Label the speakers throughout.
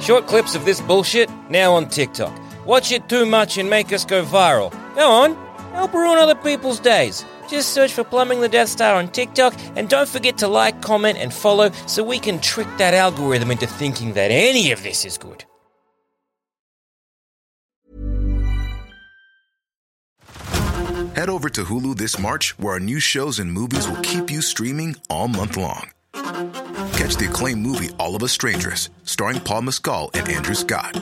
Speaker 1: Short clips of this bullshit now on TikTok. Watch it too much and make us go viral. Go on, help ruin other people's days. Just search for Plumbing the Death Star on TikTok and don't forget to like, comment, and follow so we can trick that algorithm into thinking that any of this is good.
Speaker 2: Head over to Hulu this March, where our new shows and movies will keep you streaming all month long. Catch the acclaimed movie All of Us Strangers, starring Paul Mescal and Andrew Scott.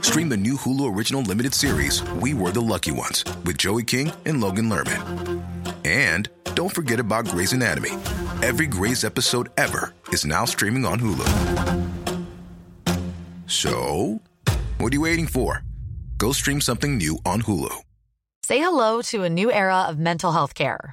Speaker 2: Stream the new Hulu original limited series We Were the Lucky Ones with Joey King and Logan Lerman. And don't forget about Grey's Anatomy. Every Grey's episode ever is now streaming on Hulu. So, what are you waiting for? Go stream something new on Hulu.
Speaker 3: Say hello to a new era of mental health care.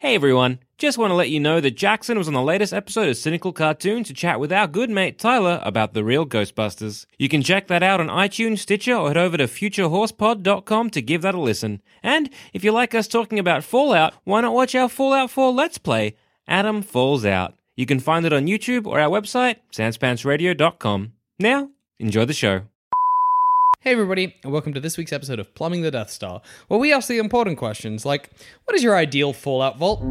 Speaker 1: Hey everyone, just want to let you know that Jackson was on the latest episode of Cynical Cartoon to chat with our good mate Tyler about the real Ghostbusters. You can check that out on iTunes, Stitcher, or head over to futurehorsepod.com to give that a listen. And if you like us talking about Fallout, why not watch our Fallout 4 Let's Play, Adam Falls Out? You can find it on YouTube or our website, sanspantsradio.com. Now, enjoy the show.
Speaker 4: Hey everybody, and welcome to this week's episode of Plumbing the Death Star, where we ask the important questions like, what is your ideal Fallout vault?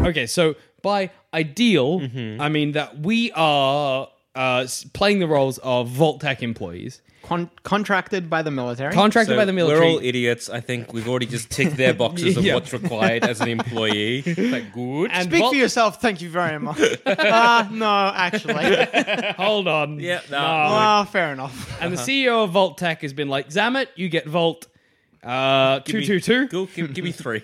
Speaker 4: Okay, so by ideal, I mean that we are uh, s- playing the roles of Vault Tech employees,
Speaker 5: Con- contracted by the military.
Speaker 4: contracted by the military.
Speaker 6: We're all idiots. I think we've already just ticked their boxes of
Speaker 4: Yeah.
Speaker 6: what's required as an employee. Like, good.
Speaker 4: and
Speaker 5: Speak
Speaker 4: Vault-
Speaker 5: for yourself. Thank you very much. uh, no, actually.
Speaker 4: Hold on.
Speaker 6: Yeah, no.
Speaker 4: Oh,
Speaker 5: Ah, fair enough.
Speaker 4: And the CEO of Vault Tech has been like, Zamet, you get Vault uh,
Speaker 6: Give me-
Speaker 4: 222.
Speaker 6: Go, give, give me three.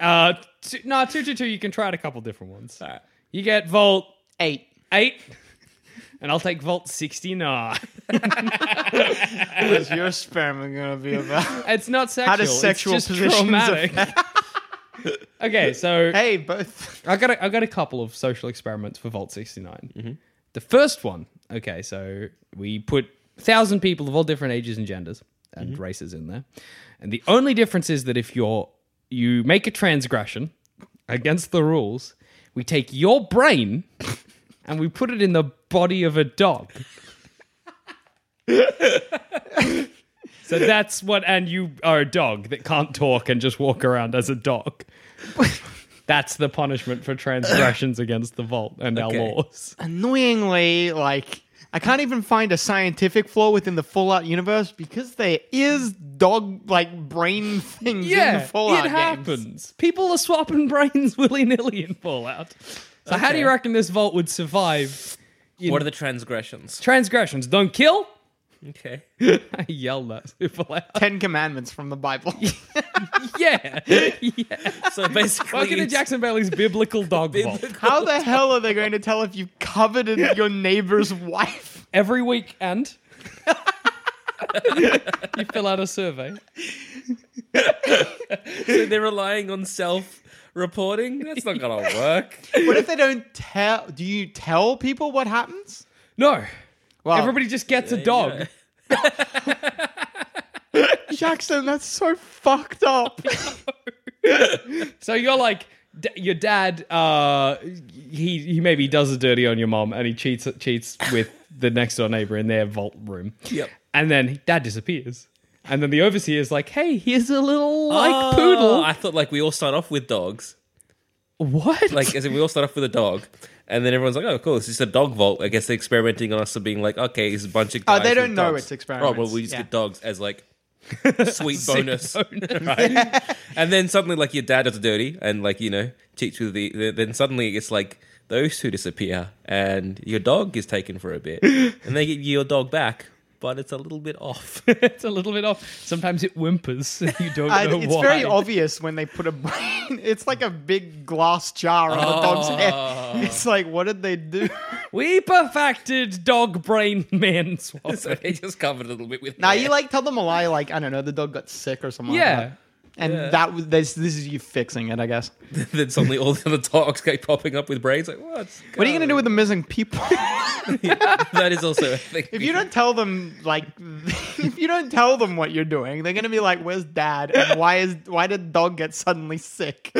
Speaker 4: Uh, two, no, 222, you can try out a couple different ones.
Speaker 6: Alright.
Speaker 4: You get Vault
Speaker 5: Eight.
Speaker 4: 8, and I'll take Vault 69.
Speaker 5: What is your sperm going to be about?
Speaker 4: It's not sexual.
Speaker 5: How does sexual
Speaker 4: it's just
Speaker 5: positions
Speaker 4: traumatic. okay, so
Speaker 5: hey, both.
Speaker 4: I got a, I got a couple of social experiments for Vault 69.
Speaker 5: Mm-hmm.
Speaker 4: The first one, okay, so we put 1,000 people of all different ages and genders and races in there. And the only difference is that if you're you make a transgression against the rules, we take your brain and we put it in the body of a dog. so that's what and you are a dog that can't talk and just walk around as a dog. That's the punishment for transgressions against the vault and our
Speaker 6: Okay.
Speaker 4: laws.
Speaker 5: Annoyingly, like, I can't even find a scientific flaw within the Fallout universe because there is dog like brain things in the Fallout
Speaker 4: it
Speaker 5: games.
Speaker 4: happens. People are swapping brains willy nilly in Fallout. So how do you reckon this vault would survive
Speaker 6: what are the transgressions?
Speaker 4: transgressions? Don't kill.
Speaker 6: Okay.
Speaker 4: I yelled that to Fallout.
Speaker 5: Ten Commandments from the Bible.
Speaker 4: Yeah, yeah.
Speaker 6: So basically,
Speaker 4: Welcome to
Speaker 6: it's-
Speaker 4: Jackson Bailey's biblical dog vault.
Speaker 5: How the hell are they going to tell if you coveted your neighbor's wife?
Speaker 4: Every week and you fill out a survey.
Speaker 6: so they're relying on self-reporting. That's not gonna work.
Speaker 5: What if they don't tell? Do you tell people what happens?
Speaker 4: No,
Speaker 5: Well,
Speaker 4: everybody just gets a dog.
Speaker 5: Jackson, that's so fucked up.
Speaker 4: So you're like d- your dad. Uh, he he maybe does a dirty on your mom, and he cheats cheats with the next door neighbor in their vault room.
Speaker 6: Yep.
Speaker 4: And then dad disappears, and then the
Speaker 5: Oh,
Speaker 4: overseer is like, "Hey, here's a little like poodle."
Speaker 6: I thought like we all start off with dogs.
Speaker 4: What?
Speaker 6: Like, as in, we all start off with a dog, and then everyone's like, "Oh, cool, it's just a dog vault." I guess they're experimenting on us and being like, "Okay, it's a bunch of
Speaker 5: Oh,
Speaker 6: guys."
Speaker 5: they
Speaker 6: with
Speaker 5: don't know
Speaker 6: dogs.
Speaker 5: it's experiments.
Speaker 6: Oh, well, we just
Speaker 5: Yeah.
Speaker 6: get dogs as like sweet bonus, right? and then suddenly, like, your dad does the dirty, and like, you know, teach with the, the. Then suddenly, it's like those two disappear, and your dog is taken for a bit, and they get your dog back, but it's a little bit off.
Speaker 4: it's a little bit off. Sometimes it whimpers. and You don't
Speaker 5: I-
Speaker 4: know
Speaker 5: it's
Speaker 4: why.
Speaker 5: very obvious when they put a brain. It's like a big glass jar on the dog's
Speaker 4: Oh.
Speaker 5: head. It's like, what did they do?
Speaker 4: We perfected dog brain man swap.
Speaker 6: so they just covered a little bit with.
Speaker 5: now
Speaker 6: hair.
Speaker 5: you like tell them a lie, like I don't know, the dog got sick or something. like
Speaker 4: Yeah.
Speaker 5: that. and that was this. This is you fixing it, I guess.
Speaker 6: then suddenly all the other dogs keep popping up with brains. Like, what?
Speaker 5: What are you gonna do with the missing people?
Speaker 6: that is also a thing.
Speaker 5: if you don't tell them, like, if you don't tell them what you're doing, they're gonna be like, "Where's Dad? And why is why did dog get suddenly sick?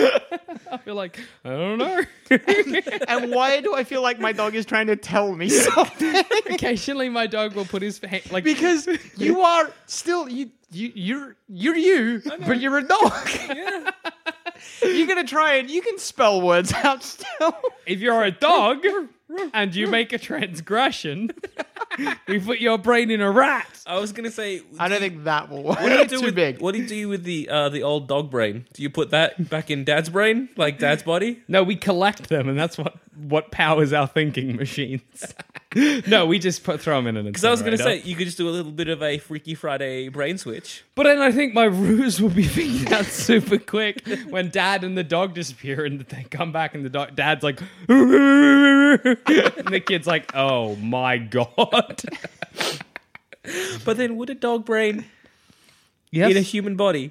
Speaker 4: I feel like I don't know.
Speaker 5: And why do I feel like my dog is trying to tell me something?"
Speaker 4: Occasionally, my dog will put his hand, like
Speaker 5: because you are still you you you're you're you, but you're a dog. you're gonna try and you can spell words out still.
Speaker 4: if you're a dog and you make a transgression, we put your brain in a rat.
Speaker 6: I was gonna say.
Speaker 5: I don't think that will work.
Speaker 6: What do you do
Speaker 5: too
Speaker 6: with,
Speaker 5: big.
Speaker 6: What do you do with the uh, the old dog brain? Do you put that back in Dad's brain, like Dad's body?
Speaker 4: No, we collect them, and that's what what powers our thinking machines. no, we just put throw them in an.
Speaker 6: Because I was gonna
Speaker 4: incinerator.
Speaker 6: say you could just do a little bit of a Freaky Friday brain switch.
Speaker 4: But then I think my ruse will be figured out super quick when dad and the dog disappear and they come back and the dog, dad's like, and the kid's like, oh my God.
Speaker 6: But then, would a dog brain in a
Speaker 4: Yes.
Speaker 6: human body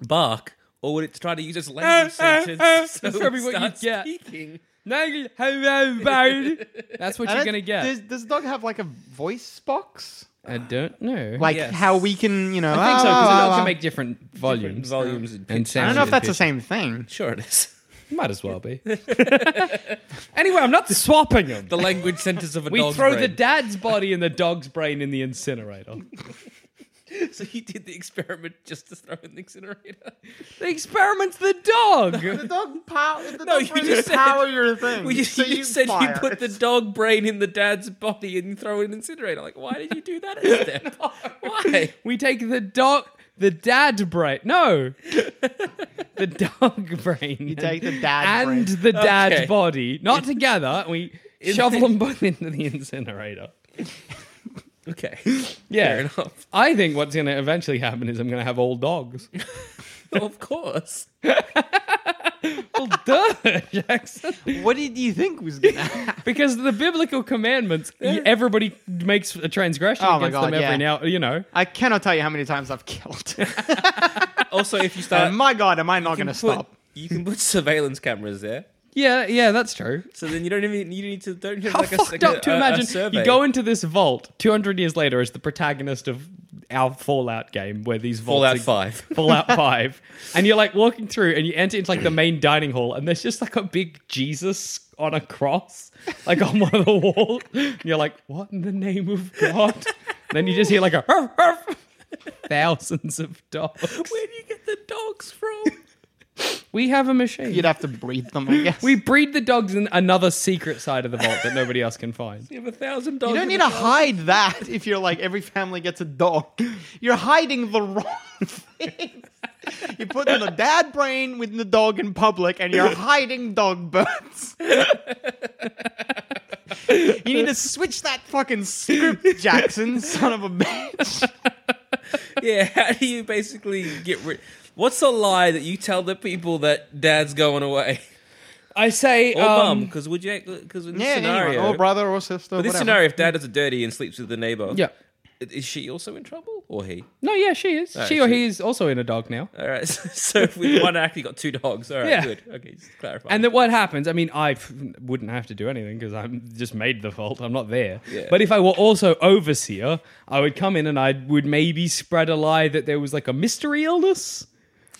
Speaker 6: bark, or would it try to use
Speaker 5: Eh,
Speaker 6: its language sentence? so
Speaker 4: That's
Speaker 6: it
Speaker 4: probably what you'd
Speaker 6: starts
Speaker 4: get.
Speaker 6: Speaking?
Speaker 4: Nigel, hello, bird. That's what
Speaker 5: I
Speaker 4: you're
Speaker 5: don't-
Speaker 4: going to
Speaker 5: Does,
Speaker 4: get.
Speaker 5: does the dog have like a voice box?
Speaker 4: I don't know.
Speaker 5: Like
Speaker 6: Yes.
Speaker 5: how we can, you know,
Speaker 4: I think so, because
Speaker 5: ah,
Speaker 4: the
Speaker 5: ah,
Speaker 4: dog
Speaker 5: ah.
Speaker 4: can make different volumes.
Speaker 6: Volumes and
Speaker 4: And
Speaker 6: pitch.
Speaker 5: I don't know if that's the
Speaker 4: sound
Speaker 5: same thing.
Speaker 6: Sure, it is.
Speaker 4: Might as well be. anyway, I'm not swapping them.
Speaker 6: The language sentence of a
Speaker 4: we
Speaker 6: dog
Speaker 4: throw
Speaker 6: brain.
Speaker 4: the dad's body and the dog's brain in the incinerator.
Speaker 6: So you did the experiment just to throw in the incinerator.
Speaker 4: the experiment's the dog.
Speaker 5: The dog power. The
Speaker 6: No,
Speaker 5: dog
Speaker 6: you
Speaker 5: brain
Speaker 6: just
Speaker 5: is
Speaker 6: said-
Speaker 5: power your thing.
Speaker 6: Well, you,
Speaker 5: so
Speaker 6: you said
Speaker 5: fire.
Speaker 6: you put the dog brain in the dad's body and you throw it in an incinerator. Like, why did you do that instead? Why?
Speaker 4: We take the dog, the dad brain. No, the dog brain. You
Speaker 5: take the dad
Speaker 4: and
Speaker 5: brain.
Speaker 4: the dad
Speaker 6: Okay.
Speaker 4: body, not together. We shovel them both into the incinerator.
Speaker 6: Okay. Fair
Speaker 4: Yeah,
Speaker 6: enough.
Speaker 4: I think what's going to eventually happen is I'm going to have all dogs.
Speaker 6: Of course.
Speaker 4: well, duh, Jackson.
Speaker 5: What did you think was gonna? happen?
Speaker 4: Because the biblical commandments, y- everybody makes a transgression
Speaker 5: Oh my
Speaker 4: against
Speaker 5: God,
Speaker 4: them every
Speaker 5: yeah.
Speaker 4: now. You know,
Speaker 5: I cannot tell you how many times I've killed.
Speaker 6: Also, if you start.
Speaker 5: and my God, am I not
Speaker 6: you can
Speaker 5: going to
Speaker 6: put-
Speaker 5: stop?
Speaker 6: You can put surveillance cameras there.
Speaker 4: yeah, yeah, that's true.
Speaker 6: So then you don't even you need to don't have
Speaker 4: How
Speaker 6: like a,
Speaker 4: fucked
Speaker 6: like
Speaker 4: up
Speaker 6: a,
Speaker 4: to
Speaker 6: a- a
Speaker 4: imagine
Speaker 6: survey.
Speaker 4: you go into this vault 200 years later as the protagonist of our Fallout game where these vaults
Speaker 6: Fallout
Speaker 4: are-
Speaker 6: Five.
Speaker 4: Fallout 5 and you're like walking through and you enter into like the main dining hall and there's just like a big Jesus on a cross like on one of the walls and you're like what in the name of God then you just hear like a "Ruff, ruff." thousands of dogs
Speaker 6: Where do you get the dogs from?
Speaker 4: we have a machine
Speaker 5: You'd have to breathe them. I guess.
Speaker 4: we breed the dogs in another secret side of the vault that nobody else can find
Speaker 6: You have a thousand dogs.
Speaker 5: You don't
Speaker 6: in
Speaker 5: need
Speaker 6: the
Speaker 5: to
Speaker 6: house.
Speaker 5: hide that if you're like every family gets a dog. You're hiding the wrong thing. You put in the dad brain with the dog in public and you're hiding dog birds. you need to switch that fucking script, Jackson, son of a bitch.
Speaker 6: Yeah. How do you basically get rid? What's a lie that you tell the people that dad's going away
Speaker 4: I say
Speaker 6: or
Speaker 4: um,
Speaker 6: mum? Because would you? Because in
Speaker 5: Yeah,
Speaker 6: this
Speaker 5: scenario.
Speaker 6: scenario,
Speaker 5: or brother or sister.
Speaker 6: But this
Speaker 5: whatever.
Speaker 6: scenario, if dad is a dirty and sleeps with the neighbor,
Speaker 4: Yeah.
Speaker 6: i- is she also in trouble or he?
Speaker 4: No, yeah, she is. she
Speaker 6: Oh, she
Speaker 4: or
Speaker 6: is.
Speaker 4: he is also in a dog now.
Speaker 6: All right, so, so with one act, you got two dogs. All right,
Speaker 4: Yeah.
Speaker 6: good. Okay, just to clarify.
Speaker 4: And then what happens? I mean, I f- wouldn't have to do anything because I'm just made the fault. I'm not there.
Speaker 6: Yeah.
Speaker 4: But if I were also overseer, I would come in and I would maybe spread a lie that there was like a mystery illness.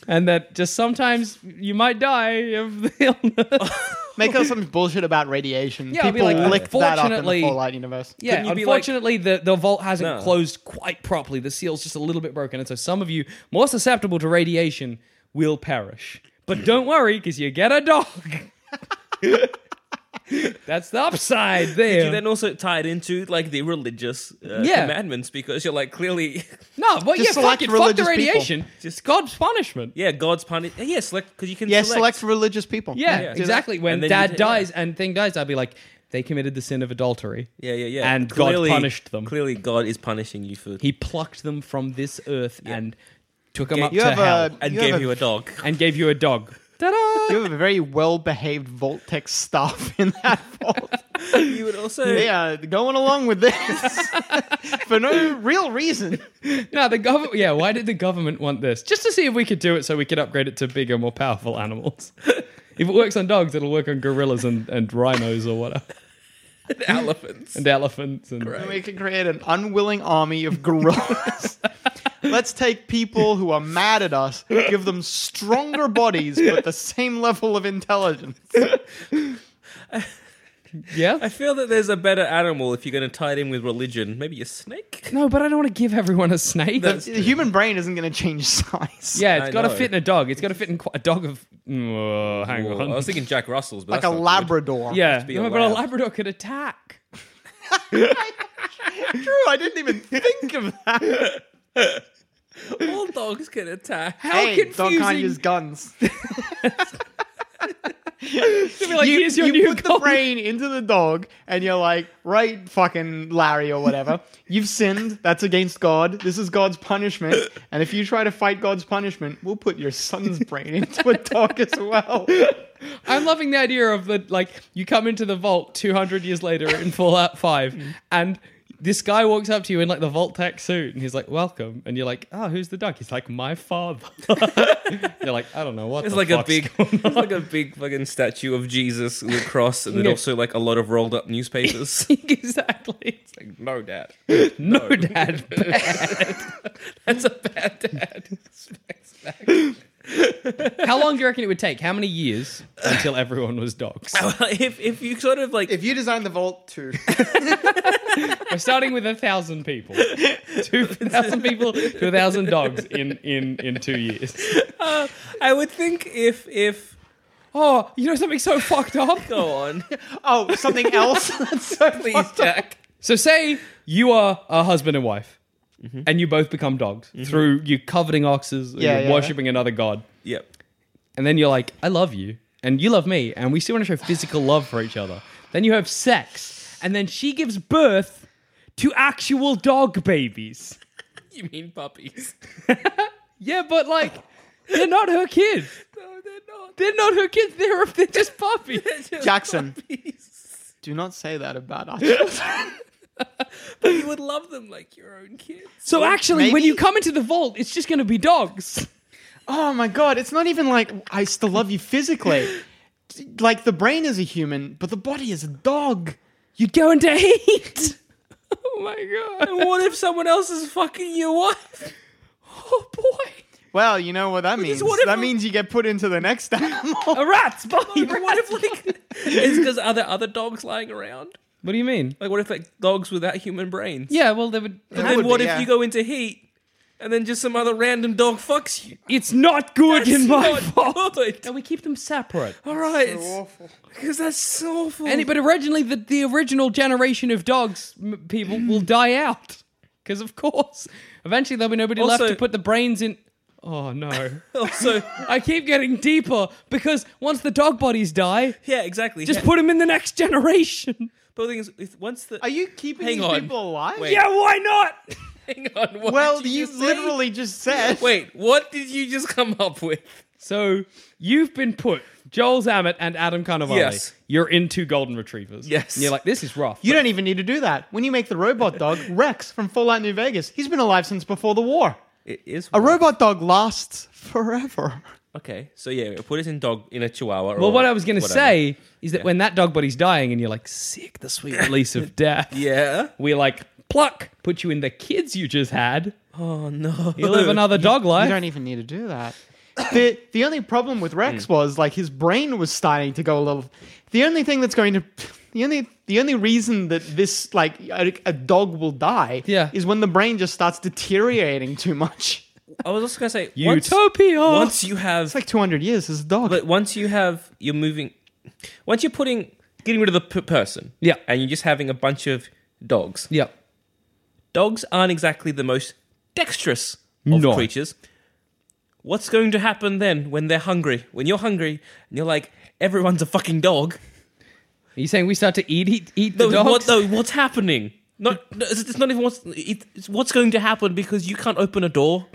Speaker 4: And that just sometimes you might die of the illness.
Speaker 5: Make up some bullshit about radiation.
Speaker 4: Yeah, it'd be
Speaker 5: People
Speaker 4: like,
Speaker 5: licked that up in the
Speaker 4: unfortunately-
Speaker 5: Fallout universe.
Speaker 4: yeah,
Speaker 6: you be like-
Speaker 4: unfortunately, the, the vault hasn't
Speaker 6: No.
Speaker 4: closed quite properly. The seal's just a little bit broken. And so some of you more susceptible to radiation will perish. But don't worry, because you get a dog. That's the upside there.
Speaker 6: You then also tie it into like the religious uh,
Speaker 4: Yeah.
Speaker 6: commandments because you're like clearly,
Speaker 4: no, well, yeah,
Speaker 5: Just
Speaker 4: fuck
Speaker 5: select
Speaker 4: it. Fuck the
Speaker 5: religious people.
Speaker 4: radiation. Just God's punishment.
Speaker 6: yeah, God's punish. Yeah, select because you can
Speaker 5: Yeah, select religious people.
Speaker 4: Yeah,
Speaker 6: Yeah.
Speaker 4: exactly. When
Speaker 6: And then
Speaker 4: dad
Speaker 6: you- yeah.
Speaker 4: dies and thing dies, I'd be like, they committed the sin of adultery.
Speaker 6: Yeah, yeah, yeah.
Speaker 4: And God punished them.
Speaker 6: Clearly, God is punishing you for
Speaker 4: He plucked them from this earth and took them up
Speaker 5: You
Speaker 4: to
Speaker 5: have
Speaker 4: hell
Speaker 5: a
Speaker 6: and
Speaker 5: you
Speaker 6: gave
Speaker 5: have a,
Speaker 6: you a dog.
Speaker 4: and gave you a dog. Ta-da!
Speaker 5: you have a very well behaved Voltex staff in that vault.
Speaker 6: You would also
Speaker 5: they are going along with this for no real reason.
Speaker 4: No, the government. Yeah, why did the government want this? Just to see if we could do it, so we could upgrade it to bigger, more powerful animals. if it works on dogs, it'll work on gorillas and, and rhinos or whatever,
Speaker 6: elephants.
Speaker 4: and elephants and
Speaker 5: And we can create an unwilling army of gorillas. Let's take people who are mad at us, give them stronger bodies but the same level of intelligence.
Speaker 4: yeah.
Speaker 6: I feel that there's a better animal if you're going to tie it in with religion. Maybe a snake.
Speaker 4: No, but I don't want to give everyone a snake.
Speaker 5: The human brain isn't going to change size.
Speaker 4: yeah, it's
Speaker 6: I
Speaker 4: got to
Speaker 6: know.
Speaker 4: fit in a dog. It's got to fit in qu- a dog of. Whoa, hang
Speaker 6: Well,
Speaker 4: on.
Speaker 6: I was thinking Jack Russell's, but
Speaker 5: like a
Speaker 6: that's not good.
Speaker 5: Labrador.
Speaker 4: yeah,
Speaker 6: be
Speaker 4: no,
Speaker 6: a
Speaker 4: but a
Speaker 6: lab.
Speaker 4: Labrador could attack.
Speaker 5: True, I didn't even think of that.
Speaker 6: All dogs can attack.
Speaker 4: How
Speaker 5: Hey, dog
Speaker 4: confusing!
Speaker 5: can't use guns.
Speaker 4: to be like, here's your
Speaker 5: you
Speaker 4: new
Speaker 5: put the
Speaker 4: goal.
Speaker 5: brain into the dog and you're like, right, fucking Larry or whatever. You've sinned. That's against God. This is God's punishment. And if you try to fight God's punishment, we'll put your son's brain into a dog as well.
Speaker 4: I'm loving the idea of the like you come into the vault 200 years later in Fallout 5
Speaker 5: Mm.
Speaker 4: and this guy walks up to you in like the Vault Tech suit and he's like, "Welcome," and you're like, "Oh, who's the duck?" He's like, "My father." you're like, "I don't know what."
Speaker 6: It's
Speaker 4: the
Speaker 6: like a
Speaker 4: fuck's
Speaker 6: big,
Speaker 4: going
Speaker 6: it's like a big fucking statue of Jesus with a cross, and then
Speaker 4: Yeah.
Speaker 6: also like a lot of rolled up newspapers.
Speaker 4: on." exactly. It's like,
Speaker 6: no, Dad,
Speaker 4: no, dad.
Speaker 6: that's a bad dad.
Speaker 4: How long do you reckon it would take? How many years until everyone was dogs?
Speaker 6: if if you sort of like
Speaker 5: If you design the vault to
Speaker 4: We're starting with a thousand people, two thousand people to a thousand dogs in in in two years.
Speaker 6: I would think if if
Speaker 4: Oh, you know something so fucked up.
Speaker 6: go on,
Speaker 5: Oh, something else? That's so
Speaker 6: please, Jack.
Speaker 4: So say you are a husband and wife, and you both become dogs through you coveting oxes, or
Speaker 5: Yeah,
Speaker 4: you're
Speaker 5: yeah, yeah.
Speaker 4: worshipping another god,
Speaker 6: Yep.
Speaker 4: and then you're like, I love you, and you love me, and we still want to show physical love for each other. Then you have sex, and then she gives birth to actual dog babies.
Speaker 6: You mean puppies?
Speaker 4: Yeah, but like, they're not her kids.
Speaker 6: No, they're not.
Speaker 4: They're not her kids. They're they're just puppies.
Speaker 5: Jackson, do not say that about our children.
Speaker 6: You would love them like your own kids.
Speaker 4: So actually, when
Speaker 5: maybe-
Speaker 4: you come into the vault, it's just going to be dogs.
Speaker 5: Oh my god, it's not even like I still love you physically. Like the brain is a human, but the body is a dog.
Speaker 4: You'd go into hate. Oh my god.
Speaker 6: What if someone else is fucking your wife?
Speaker 4: Oh boy!
Speaker 5: Well, you know what that means.
Speaker 6: what if
Speaker 5: That
Speaker 6: a-
Speaker 5: means you get put into the next animal.
Speaker 4: A rat's body.
Speaker 6: What if like it's because are there other dogs lying around?
Speaker 4: What do you mean?
Speaker 6: Like what if like dogs without human brains?
Speaker 4: Yeah, well, they would.
Speaker 6: And
Speaker 5: would
Speaker 6: then
Speaker 5: be,
Speaker 6: what if
Speaker 5: yeah.
Speaker 6: you go into heat and then just some other random dog fucks you?
Speaker 4: It's not good in my vault.
Speaker 6: fault.
Speaker 4: And we keep them separate.
Speaker 6: All right, because that's so awful.
Speaker 4: And, but originally, the, the original generation of dogs m- people will die out because, of course, eventually there'll be nobody left
Speaker 6: Also-
Speaker 4: to put the brains in. Oh no!
Speaker 6: also,
Speaker 4: I keep getting deeper because once the dog bodies die,
Speaker 6: yeah, exactly.
Speaker 4: just
Speaker 6: yeah.
Speaker 4: put them in the next generation.
Speaker 6: But the thing is, if once the
Speaker 5: Are you keeping
Speaker 6: Hang
Speaker 5: these
Speaker 6: on.
Speaker 5: people alive?
Speaker 6: Wait.
Speaker 4: Yeah, why not?
Speaker 6: hang on, what
Speaker 5: Well,
Speaker 6: did
Speaker 5: you,
Speaker 6: just say?
Speaker 5: literally just said.
Speaker 6: Wait, what did you just come up with?
Speaker 4: So you've been put Joel Zammett and Adam Carnivale.
Speaker 6: Yes.
Speaker 4: You're into golden retrievers.
Speaker 6: Yes.
Speaker 4: And you're like, this is rough.
Speaker 5: You don't even need to do that. When you make the robot dog, Rex from Fallout New Vegas, he's been alive since before the war.
Speaker 6: It is
Speaker 5: A robot dog lasts forever.
Speaker 6: Okay, so yeah, put it in dog in a chihuahua.
Speaker 4: Well,
Speaker 6: or
Speaker 4: what I was going to
Speaker 6: whatever.
Speaker 4: say is that when that dog body's dying and you're like, sick, the sweet release of death,
Speaker 6: Yeah.
Speaker 4: we're like, pluck, put you in the kids you just had.
Speaker 6: Oh no.
Speaker 4: You live another dog
Speaker 5: You
Speaker 4: life.
Speaker 5: don't even need to do that. The, the only problem with Rex
Speaker 6: Hmm.
Speaker 5: was like his brain was starting to go a little. The only thing that's going to, the only the only reason that this like a, a dog will die
Speaker 4: Yeah.
Speaker 5: is when the brain just starts deteriorating too much.
Speaker 6: I was also gonna say once-
Speaker 4: Utopia.
Speaker 6: Once you have,
Speaker 5: It's like 200 years. This is a dog.
Speaker 6: but once you have, you're moving. Once you're putting, getting rid of the p- person,
Speaker 4: Yeah.
Speaker 6: and you're just having a bunch of dogs.
Speaker 4: Yep.
Speaker 6: Dogs aren't exactly the most dexterous of
Speaker 4: No.
Speaker 6: creatures. What's going to happen then when they're hungry? When you're hungry and you're like, everyone's a fucking dog.
Speaker 4: Are you saying we start to eat eat, eat the
Speaker 6: No,
Speaker 4: dogs?
Speaker 6: what, no, what's happening? Not, no, it's it's not even what's it- it's what's going to happen because you can't open a door,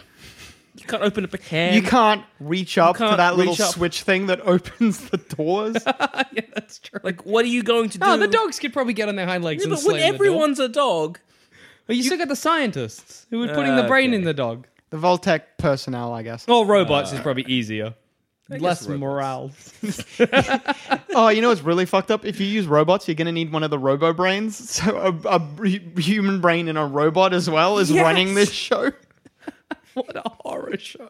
Speaker 6: you can't open up a can.
Speaker 5: you can't reach up to
Speaker 6: can't
Speaker 5: that little
Speaker 6: reach up.
Speaker 5: switch thing that opens the doors.
Speaker 4: yeah, that's true.
Speaker 6: Like, what are you going to do?
Speaker 4: No, the dogs could probably get on their hind legs
Speaker 6: Yeah,
Speaker 4: and
Speaker 6: Ah, but when
Speaker 4: slam the door.
Speaker 6: everyone's a dog,
Speaker 4: But you still got the scientists who were putting the
Speaker 6: Uh,
Speaker 4: brain
Speaker 6: okay.
Speaker 4: in the dog.
Speaker 5: the Voltec personnel, I guess.
Speaker 4: Or robots is probably easier. Uh, Less
Speaker 6: robots.
Speaker 4: morale.
Speaker 5: Oh, you know what's really fucked up? If you use robots, you're gonna need one of the robo brains. So a, a re- human brain in a robot as well is running this show.
Speaker 4: what a horror show.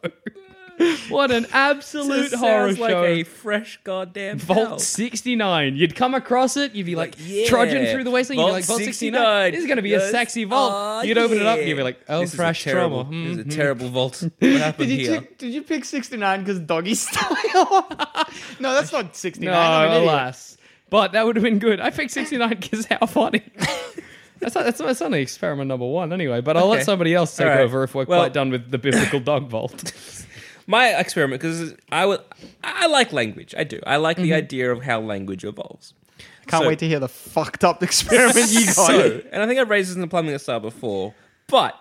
Speaker 4: what an absolute
Speaker 6: This
Speaker 4: horror
Speaker 6: sounds like
Speaker 4: show.
Speaker 6: a fresh goddamn
Speaker 4: Vault
Speaker 6: hell.
Speaker 4: 69. You'd come across it, you'd be like,
Speaker 6: Like, yeah.
Speaker 4: trudging through the wasteland, you'd be
Speaker 6: Vault
Speaker 4: like, Vault 69,
Speaker 6: 69.
Speaker 4: this is going to be a
Speaker 6: Yes.
Speaker 4: sexy vault.
Speaker 6: Aw,
Speaker 4: you'd open it up and
Speaker 6: yeah.
Speaker 4: you'd be like, oh,
Speaker 6: This is a
Speaker 4: fresh
Speaker 6: terrible-
Speaker 4: trauma.
Speaker 6: This
Speaker 4: Hmm.
Speaker 6: is a terrible vault. What happened
Speaker 5: Did you
Speaker 6: here?
Speaker 5: pick, did you pick 69 because doggy style? no, that's not 69.
Speaker 4: No,
Speaker 5: I'm an idiot.
Speaker 4: alas. But that would have been good. I picked 69 because how funny. That's, not, that's, not, that's only experiment number one, anyway. But I'll let
Speaker 6: Okay.
Speaker 4: somebody else take
Speaker 6: All right.
Speaker 4: over if we're
Speaker 6: Well-
Speaker 4: quite done with the biblical dog vault.
Speaker 6: My experiment because I would, I like language. I do. I like
Speaker 4: Mm-hmm.
Speaker 6: the idea of how language evolves.
Speaker 5: Can't
Speaker 6: So-
Speaker 5: wait to hear the fucked up experiment you got.
Speaker 6: so, and I think I've raised this in the plumbing star before, but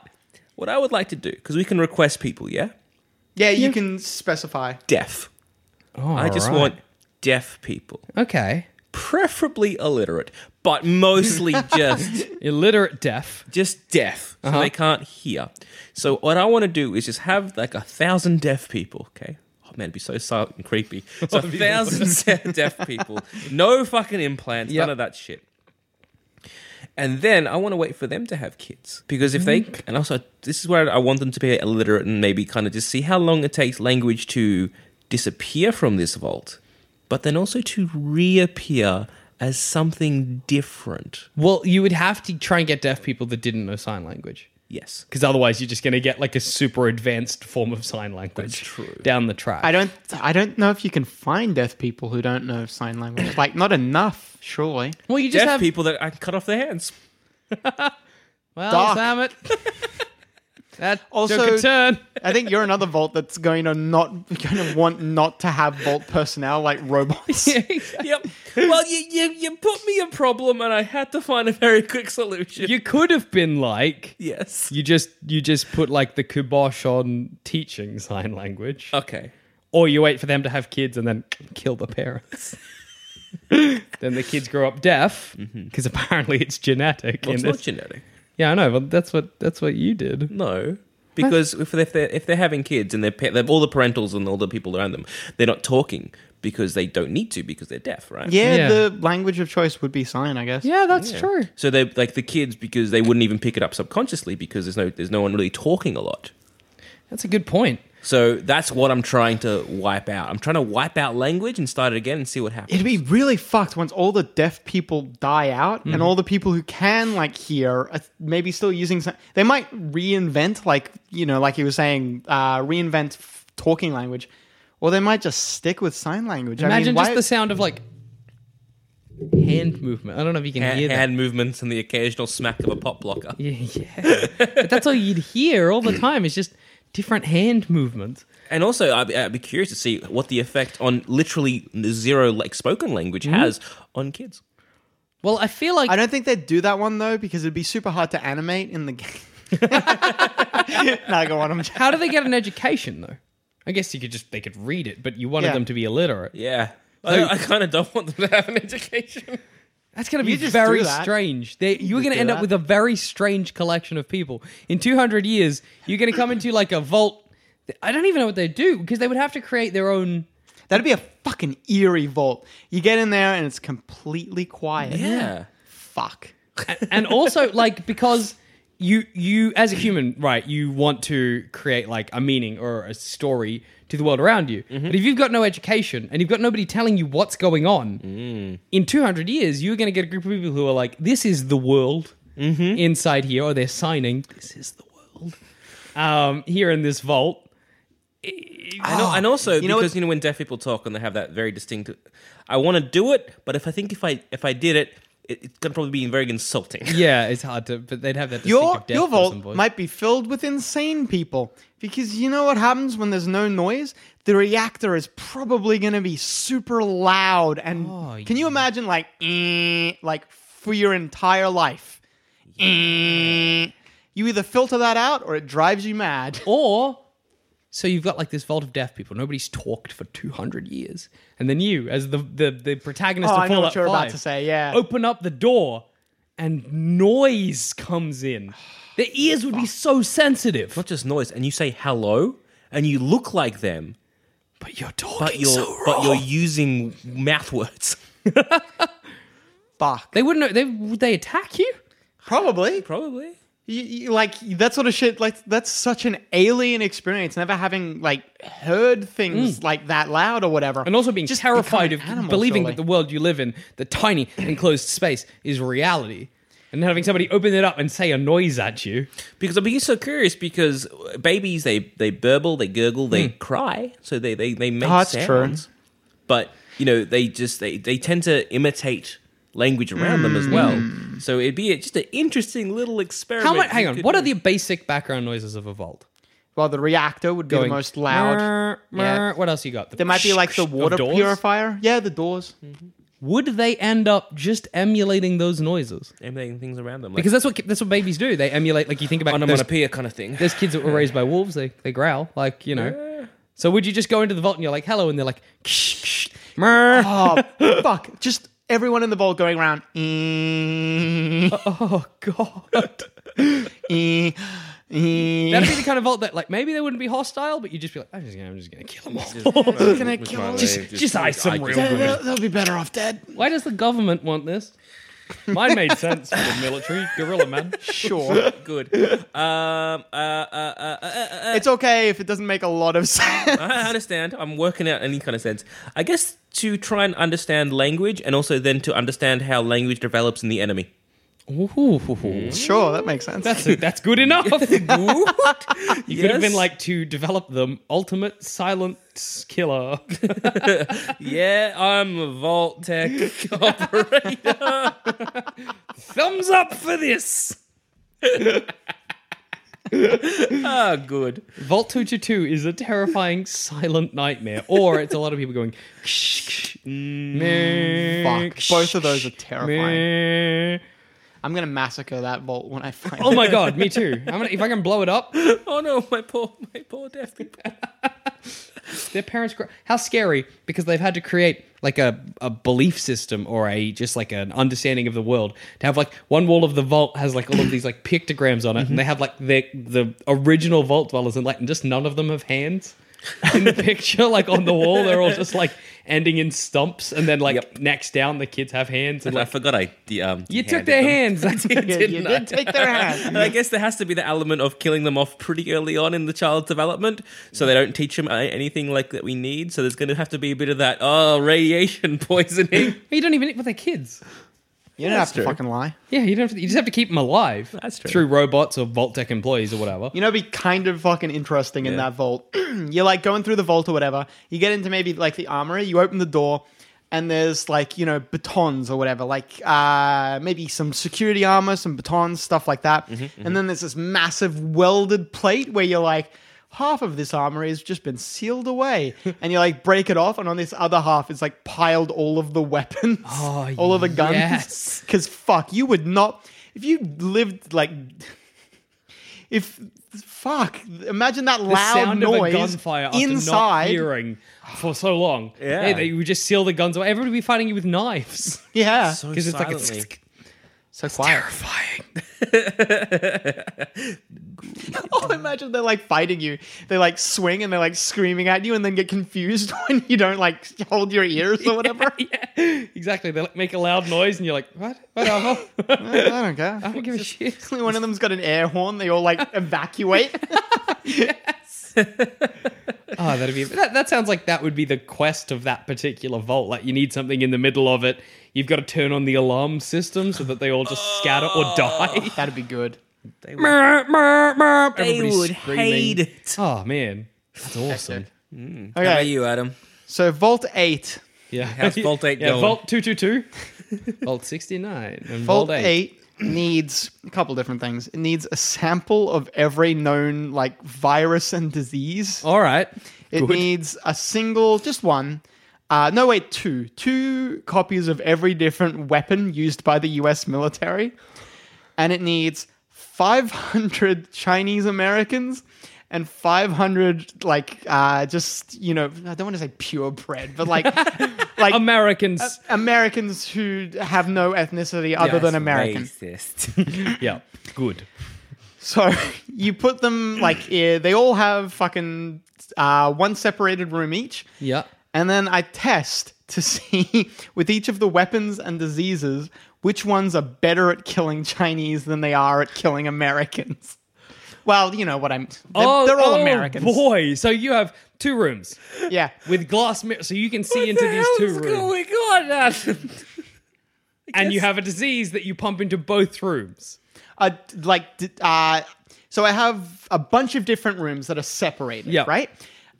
Speaker 6: what I would like to do because we can request people, yeah,
Speaker 5: yeah, you can specify.
Speaker 6: deaf.
Speaker 4: Oh,
Speaker 6: I just want deaf people,
Speaker 4: Okay.
Speaker 6: preferably illiterate, but mostly just
Speaker 4: Illiterate deaf.
Speaker 6: just deaf, so they can't hear. So what I want to do is just have like a thousand deaf people. Okay. Oh man, it'd be so silent and creepy. So a thousand deaf people, no fucking implants,
Speaker 4: Yep.
Speaker 6: none of that shit. And then I want to wait for them to have kids because if they, and also this is where I want them to be illiterate and maybe kind of just see how long it takes language to disappear from this vault, but then also to reappear as something different.
Speaker 4: Well, you would have to try and get deaf people that didn't know sign language.
Speaker 6: Yes.
Speaker 4: Because otherwise, you're just going to get like a super advanced form of sign language
Speaker 6: true.
Speaker 4: down the track.
Speaker 5: I don't. I don't know if you can find deaf people who don't know sign language. Like, not enough, surely.
Speaker 4: Well, you just
Speaker 6: deaf
Speaker 4: have
Speaker 6: people that I can cut off their hands.
Speaker 4: Well,
Speaker 5: Doc.
Speaker 4: damn it. that also took
Speaker 5: Also-
Speaker 4: a turn.
Speaker 5: I think you're another vault that's going to not going to want not to have vault personnel like robots.
Speaker 6: yep. Well, you, you you put me a problem, and I had to find a very quick solution.
Speaker 4: you could have been like
Speaker 6: yes.
Speaker 4: you just you just put like the kibosh on teaching sign language,
Speaker 6: Okay.
Speaker 4: or you wait for them to have kids and then kill the parents. then the kids grow up deaf because apparently it's genetic.
Speaker 6: Mm-hmm. Well,
Speaker 4: in
Speaker 6: it's not
Speaker 4: this-
Speaker 6: genetic.
Speaker 4: yeah, I know, but that's what that's what you did.
Speaker 6: No. Because if they're, if they're if they're having kids and they're, pa- they're all the parentals and all the people around them, they're not talking because they don't need to because they're deaf, right?
Speaker 5: Yeah,
Speaker 4: Yeah.
Speaker 5: the language of choice would be sign, I guess.
Speaker 4: Yeah, that's true.
Speaker 6: So they are like the kids because they wouldn't even pick it up subconsciously because there's no there's no one really talking a lot.
Speaker 4: That's a good point.
Speaker 6: So that's what I'm trying to wipe out. I'm trying to wipe out language and start it again and see what happens.
Speaker 5: It'd be really fucked once all the deaf people die out
Speaker 4: Mm.
Speaker 5: and all the people who can like hear are maybe still using some, they might reinvent like you know like he was saying uh reinvent f- talking language or they might just stick with sign language.
Speaker 4: Imagine
Speaker 5: I mean,
Speaker 4: just the sound of like hand movement. I don't know if you can
Speaker 6: hand,
Speaker 4: hear that.
Speaker 6: hand movements and the occasional smack of a pop blocker.
Speaker 4: Yeah, yeah. but that's all you'd hear all the time. It's just different hand movements.
Speaker 6: And also, I'd, I'd be curious to see what the effect on literally zero like spoken language has on kids.
Speaker 4: Well, I feel like
Speaker 5: I don't think they'd do that one though because it'd be super hard to animate in the game. no, go on. I'm just,
Speaker 4: how do they get an education though? I guess you could just they could read it, but you wanted
Speaker 5: Yeah.
Speaker 4: them to be illiterate.
Speaker 6: Yeah, Oh, I, I kind of don't want them to have an education.
Speaker 4: That's going to
Speaker 5: You
Speaker 4: be
Speaker 5: just
Speaker 4: very
Speaker 5: do that.
Speaker 4: strange. They, you're going to
Speaker 5: do
Speaker 4: end up
Speaker 5: that.
Speaker 4: with a very strange collection of people. In 200 years, you're going to come into like a vault. I don't even know what they do because they would have to create their own.
Speaker 5: that'd be a fucking eerie vault. You get in there and it's completely quiet.
Speaker 6: Yeah,
Speaker 5: Fuck.
Speaker 4: and also like because you you as a human right you want to create like a meaning or a story to the world around you
Speaker 5: Mm-hmm.
Speaker 4: but if you've got no education and you've got nobody telling you what's going on
Speaker 5: Mm.
Speaker 4: in 200 years you're going to get a group of people who are
Speaker 5: Mm-hmm.
Speaker 4: like this is the world inside here or they're signing this is the world um, here in this vault.
Speaker 6: And, al- and also
Speaker 5: know
Speaker 6: because you know when deaf people talk and they have that very distinct, I want to do it, but if I think if I if I did it, it it's gonna probably be very insulting.
Speaker 4: Yeah, it's hard to, but they'd have that.
Speaker 5: Your
Speaker 4: distinctive deaf
Speaker 5: your vault
Speaker 4: person voice.
Speaker 5: might be filled with insane people because you know what happens when there's no noise. The reactor is probably going to be super loud, and can you imagine like eh, like for your entire life? Eh. You either filter that out or it drives you mad.
Speaker 4: Or so you've got like this vault of deaf people. Nobody's talked for two hundred years, and then you, as the the, the protagonist
Speaker 5: Oh,
Speaker 4: of
Speaker 5: I know
Speaker 4: Fallout Oh.
Speaker 5: what you're
Speaker 4: 5,
Speaker 5: about to say, yeah.
Speaker 4: open up the door, and noise comes in. Their ears would be so sensitive.
Speaker 6: Not just noise, and you say hello, and you look like them,
Speaker 4: But you're talking
Speaker 6: but you're
Speaker 4: so
Speaker 6: but you're
Speaker 4: raw.
Speaker 6: using mouth words.
Speaker 5: Fuck.
Speaker 4: They wouldn't. know- They would they attack you?
Speaker 5: Probably.
Speaker 6: Probably.
Speaker 5: You, you- like that sort of shit like that's such an alien experience never having like heard things like that loud or whatever
Speaker 4: And also being
Speaker 5: Just
Speaker 4: terrified
Speaker 5: become
Speaker 4: of
Speaker 5: an animal,
Speaker 4: believing
Speaker 5: surely.
Speaker 4: that the world you live in, the tiny enclosed space, is reality. And having somebody open it up and say a noise at you.
Speaker 6: Because I'm being so curious because babies they they burble, they gurgle, they
Speaker 4: Hmm.
Speaker 6: cry, so they they they make
Speaker 5: Oh, that's true.
Speaker 6: sounds. But you know they just they they tend to imitate language around them
Speaker 4: Hmm.
Speaker 6: as well. So it'd be a, just an interesting little experiment.
Speaker 4: How much?
Speaker 6: you
Speaker 4: Hang on.
Speaker 6: could
Speaker 4: What are
Speaker 6: do.
Speaker 4: the basic background noises of a vault?
Speaker 5: well the reactor would be the
Speaker 4: Going,
Speaker 5: most loud
Speaker 4: "Mer,
Speaker 5: Yeah.
Speaker 4: mer." What else you got? The
Speaker 5: there might be like the
Speaker 4: of
Speaker 5: water
Speaker 4: doors? Hmm.
Speaker 5: purifier yeah the doors
Speaker 4: Would they end up just emulating those noises?
Speaker 6: emulating things around them? Like,
Speaker 4: Because that's what ki- that's what babies do. They emulate. Like you think about those,
Speaker 6: onomatopoeia kind of thing.
Speaker 4: those kids that were raised by wolves. They they growl. Like you know. So would you just go into the vault and you're like hello and they're like ksh, ksh, mer.
Speaker 5: oh fuck just everyone in the vault going around "Mm,
Speaker 4: oh god.
Speaker 5: mm, mm."
Speaker 4: That'd be the kind of vault that, like, maybe they wouldn't be hostile, but you'd just be like, I'm just gonna, I'm just gonna kill them all.
Speaker 5: gonna kill them.
Speaker 4: just, just, ice them real
Speaker 5: They-
Speaker 4: good.
Speaker 5: they'll, they'll be better off dead
Speaker 4: Why does the government want this? Mine made sense for the military guerrilla man.
Speaker 5: sure
Speaker 6: good. Um, uh, uh, uh,
Speaker 5: it's okay if it doesn't make a lot of sense
Speaker 6: I understand. I'm working out any kind of sense. I guess to try and understand language, and also then to understand how language develops in the enemy.
Speaker 4: Ooh,
Speaker 5: sure that makes sense
Speaker 4: that's that's good enough. you could have
Speaker 6: Yes.
Speaker 4: been like to develop the ultimate silent killer.
Speaker 6: Yeah, I'm a vault tech operator.
Speaker 4: Thumbs up for this.
Speaker 6: Ah, good.
Speaker 4: Vault Tutor 2 is a terrifying silent nightmare, or it's a lot of people going. Ksh, ksh,
Speaker 5: Mm, Fuck.
Speaker 4: meh,
Speaker 5: Both of those
Speaker 4: ksh,
Speaker 5: are terrifying.
Speaker 4: meh."
Speaker 5: I'm gonna massacre that vault when I find
Speaker 4: Oh
Speaker 5: it.
Speaker 4: my god, me too. I'm gonna, if I can blow it up,
Speaker 6: Oh no, my poor, my poor deaf people.
Speaker 4: their parents. Grow- How scary! Because they've had to create like a, a belief system or a just like an understanding of the world to have like one wall of the vault has like all of these like pictograms on it, and they have like the the original vault dwellers, and like just none of them have hands. in the picture, like on the wall, they're all just like ending in stumps, and then like next down, the kids have hands, and
Speaker 6: I
Speaker 4: like
Speaker 6: forgot I. de- Um,
Speaker 4: you took
Speaker 6: handed
Speaker 4: their
Speaker 6: them.
Speaker 4: hands. I did,
Speaker 5: Yeah,
Speaker 4: didn't
Speaker 5: you
Speaker 4: I?
Speaker 5: did take their hand.
Speaker 6: And I guess there has to be the element of killing them off pretty early on in the child's development, so they don't teach them uh, anything like that we need. So there's going to have to be a bit of that. Oh, radiation poisoning.
Speaker 4: You don't even eat with their kids.
Speaker 5: You don't have to
Speaker 6: true.
Speaker 5: fucking lie.
Speaker 4: Yeah, you don't. Have to, you just have to keep them alive.
Speaker 6: That's true.
Speaker 4: Through robots or Vault Tech employees or whatever.
Speaker 5: You know, it'd be kind of fucking interesting in that vault. You're like going through the vault or whatever. You get into maybe like the armory. You open the door, and there's like you know batons or whatever, like uh, maybe some security armor, some batons, stuff like that.
Speaker 4: Mm-hmm,
Speaker 5: And then there's this massive welded plate where you're like. Half of this armory has just been sealed away, and you like break it off, and on this other half, it's like piled all of the weapons,
Speaker 4: Oh,
Speaker 5: all of the guns.
Speaker 4: yes.
Speaker 5: Because fuck, you would not if you lived like if fuck, imagine that
Speaker 4: the
Speaker 5: loud
Speaker 4: sound
Speaker 5: noise
Speaker 4: of a gunfire after not
Speaker 5: inside.
Speaker 4: hearing for so long.
Speaker 6: Yeah.
Speaker 4: Hey, they would just seal the guns away. Everybody would be fighting you with knives.
Speaker 5: yeah,
Speaker 6: So
Speaker 4: Because it's like a
Speaker 6: silently.
Speaker 5: so quiet.
Speaker 4: terrifying.
Speaker 5: Oh, imagine they're like fighting you. They like swing and they're like screaming at you, and then get confused when you don't like hold your ears or whatever.
Speaker 4: yeah, exactly. They like, make a loud noise and you're like, what? Whatever. I
Speaker 5: I don't care.
Speaker 4: don't give a shit.
Speaker 5: One of them's got an air horn. They all like evacuate.
Speaker 4: Oh, that'd be. That, that sounds like that would be the quest of that particular vault. Like you need something in the middle of
Speaker 6: Oh.
Speaker 4: it. You've got to turn on the alarm system so that they all just scatter or die.
Speaker 5: That'd be good.
Speaker 6: They would, they
Speaker 4: Everybody's
Speaker 6: would
Speaker 4: screaming.
Speaker 6: hate it.
Speaker 4: Oh man, that's awesome.
Speaker 6: How about
Speaker 5: Okay,
Speaker 6: you, Adam?
Speaker 5: so Vault 8.
Speaker 4: Yeah,
Speaker 6: How's Vault 8
Speaker 4: yeah,
Speaker 6: going?
Speaker 4: Vault two two two, Vault sixty nine, and
Speaker 5: Vault 8 needs a couple different things. It needs a sample of every known like virus and disease.
Speaker 4: All right,
Speaker 5: It needs a single, just one. Uh, no, wait, two. Two copies of every different weapon used by the US military. And it needs 500 Chinese Americans and 500, like, uh, just, you know, I don't want to say purebred, but like, like
Speaker 4: Americans.
Speaker 5: Uh, Americans who have no ethnicity other than American.
Speaker 6: Racist.
Speaker 4: yeah, good.
Speaker 5: So you put them, like, eh, they all have fucking uh, one separated room each.
Speaker 4: Yeah,
Speaker 5: And then I test to see with each of the weapons and diseases which ones are better at killing Chinese than they are at killing Americans. Well, you know what I'm. They're, they're all Americans.
Speaker 4: Oh, Boy, so you have two rooms
Speaker 5: Yeah.
Speaker 4: with glass mirrors, so you can see into these two rooms,
Speaker 6: going on?
Speaker 4: and you have a disease that you pump into both rooms.
Speaker 5: Uh, like, d- uh, so I have a bunch of different rooms that are separated,
Speaker 4: Yeah.
Speaker 5: right?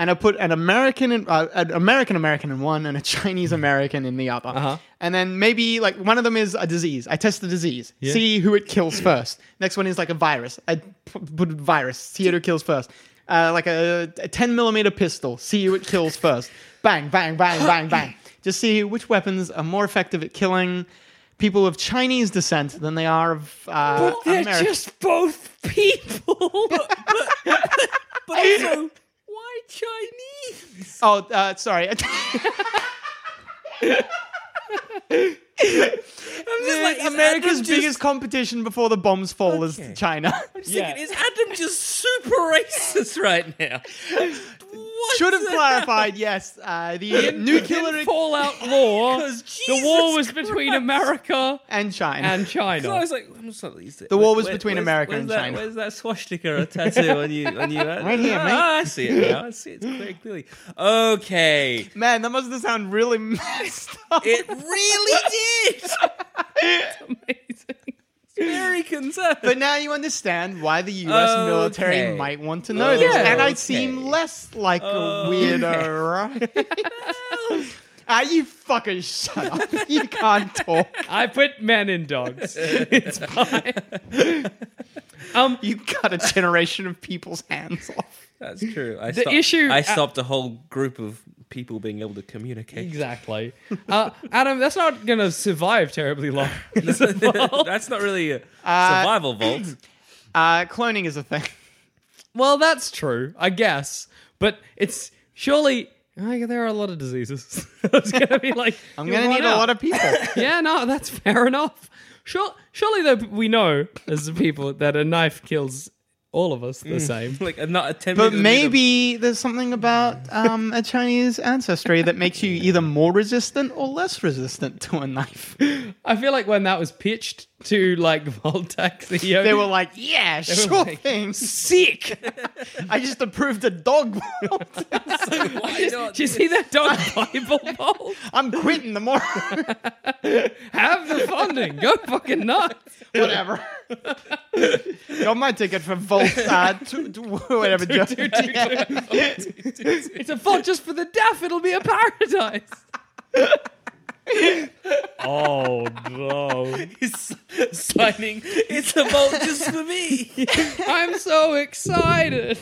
Speaker 5: And I put an American, in, uh, an American American in one, and a Chinese American in the other.
Speaker 4: Uh-huh.
Speaker 5: And then maybe like one of them is a disease. I test the disease, see who it kills first. Next one is like a virus. I p- put virus, see who it kills first. Uh, like a, a 10 millimeter pistol, see who it kills first. bang, bang, bang, bang, bang. Just see which weapons are more effective at killing people of Chinese descent than they are of uh, American.
Speaker 4: just both people.
Speaker 6: But also, why Chinese?
Speaker 5: Oh, uh, sorry.
Speaker 6: I'm just like, is
Speaker 5: America's
Speaker 6: Adam just-
Speaker 5: biggest competition before the bombs fall
Speaker 6: Okay.
Speaker 5: is China.
Speaker 6: just thinking, Is Adam just super racist right now? What
Speaker 5: Should have
Speaker 6: the-
Speaker 5: clarified, yes. Uh, the nuclear
Speaker 4: In Fallout lore,
Speaker 6: Because
Speaker 4: the war was
Speaker 6: Jesus
Speaker 4: between
Speaker 6: Christ.
Speaker 4: America
Speaker 5: and China.
Speaker 4: and
Speaker 6: So I
Speaker 4: China.
Speaker 6: was like, I'm just not these.
Speaker 5: The war was between America and
Speaker 6: that,
Speaker 5: China.
Speaker 6: Where's that swastika or tattoo on you? On you? right
Speaker 5: here, mate.
Speaker 6: I see it now. I see it very clearly. Okay,
Speaker 5: Man, that must have sounded really messed up.
Speaker 6: it really did.
Speaker 4: Amazing.
Speaker 6: Very concerned.
Speaker 5: but now you understand why the US
Speaker 6: Okay.
Speaker 5: military might want to know this.
Speaker 6: Yeah,
Speaker 5: And I
Speaker 6: okay.
Speaker 5: seem less like a weirdo, right? Ah, you fucking shut up. You can't talk.
Speaker 4: I put men in dogs. it's fine. Um,
Speaker 5: You cut a generation of people's hands off.
Speaker 6: That's true. I
Speaker 4: The issue-
Speaker 6: I stopped a whole group of people being able to communicate.
Speaker 4: exactly. Uh, Adam, that's not going to survive terribly long.
Speaker 6: That's not really a survival vault.
Speaker 5: Uh, cloning is a thing.
Speaker 4: well, that's true, I guess. But it's surely. I there are a lot of diseases. I was going to be like,
Speaker 5: I'm going to need a lot of people.
Speaker 4: yeah, no, that's fair enough. Sure, surely, though, we know as people that a knife kills all of us the
Speaker 5: Mm.
Speaker 4: same.
Speaker 6: Like I'm not attempting.
Speaker 5: But maybe there's something about um, a Chinese ancestry that makes you either more resistant or less resistant to a knife.
Speaker 4: I feel like when that was pitched to like Voltax, CEO,
Speaker 5: They were like, "Yeah, sure thing, sick." I just approved a dog. world.
Speaker 6: Why not?
Speaker 4: Do you see that dog Bible bowl?
Speaker 5: I'm quitting the more.
Speaker 4: Have the funding. Go fucking nuts.
Speaker 5: whatever. Got my ticket for Volt. Uh, to, to, whatever. Joe.
Speaker 4: It's a font just for the deaf. It'll be a paradise. oh no!
Speaker 6: It's signing. It's a vault just for me.
Speaker 4: I'm so excited.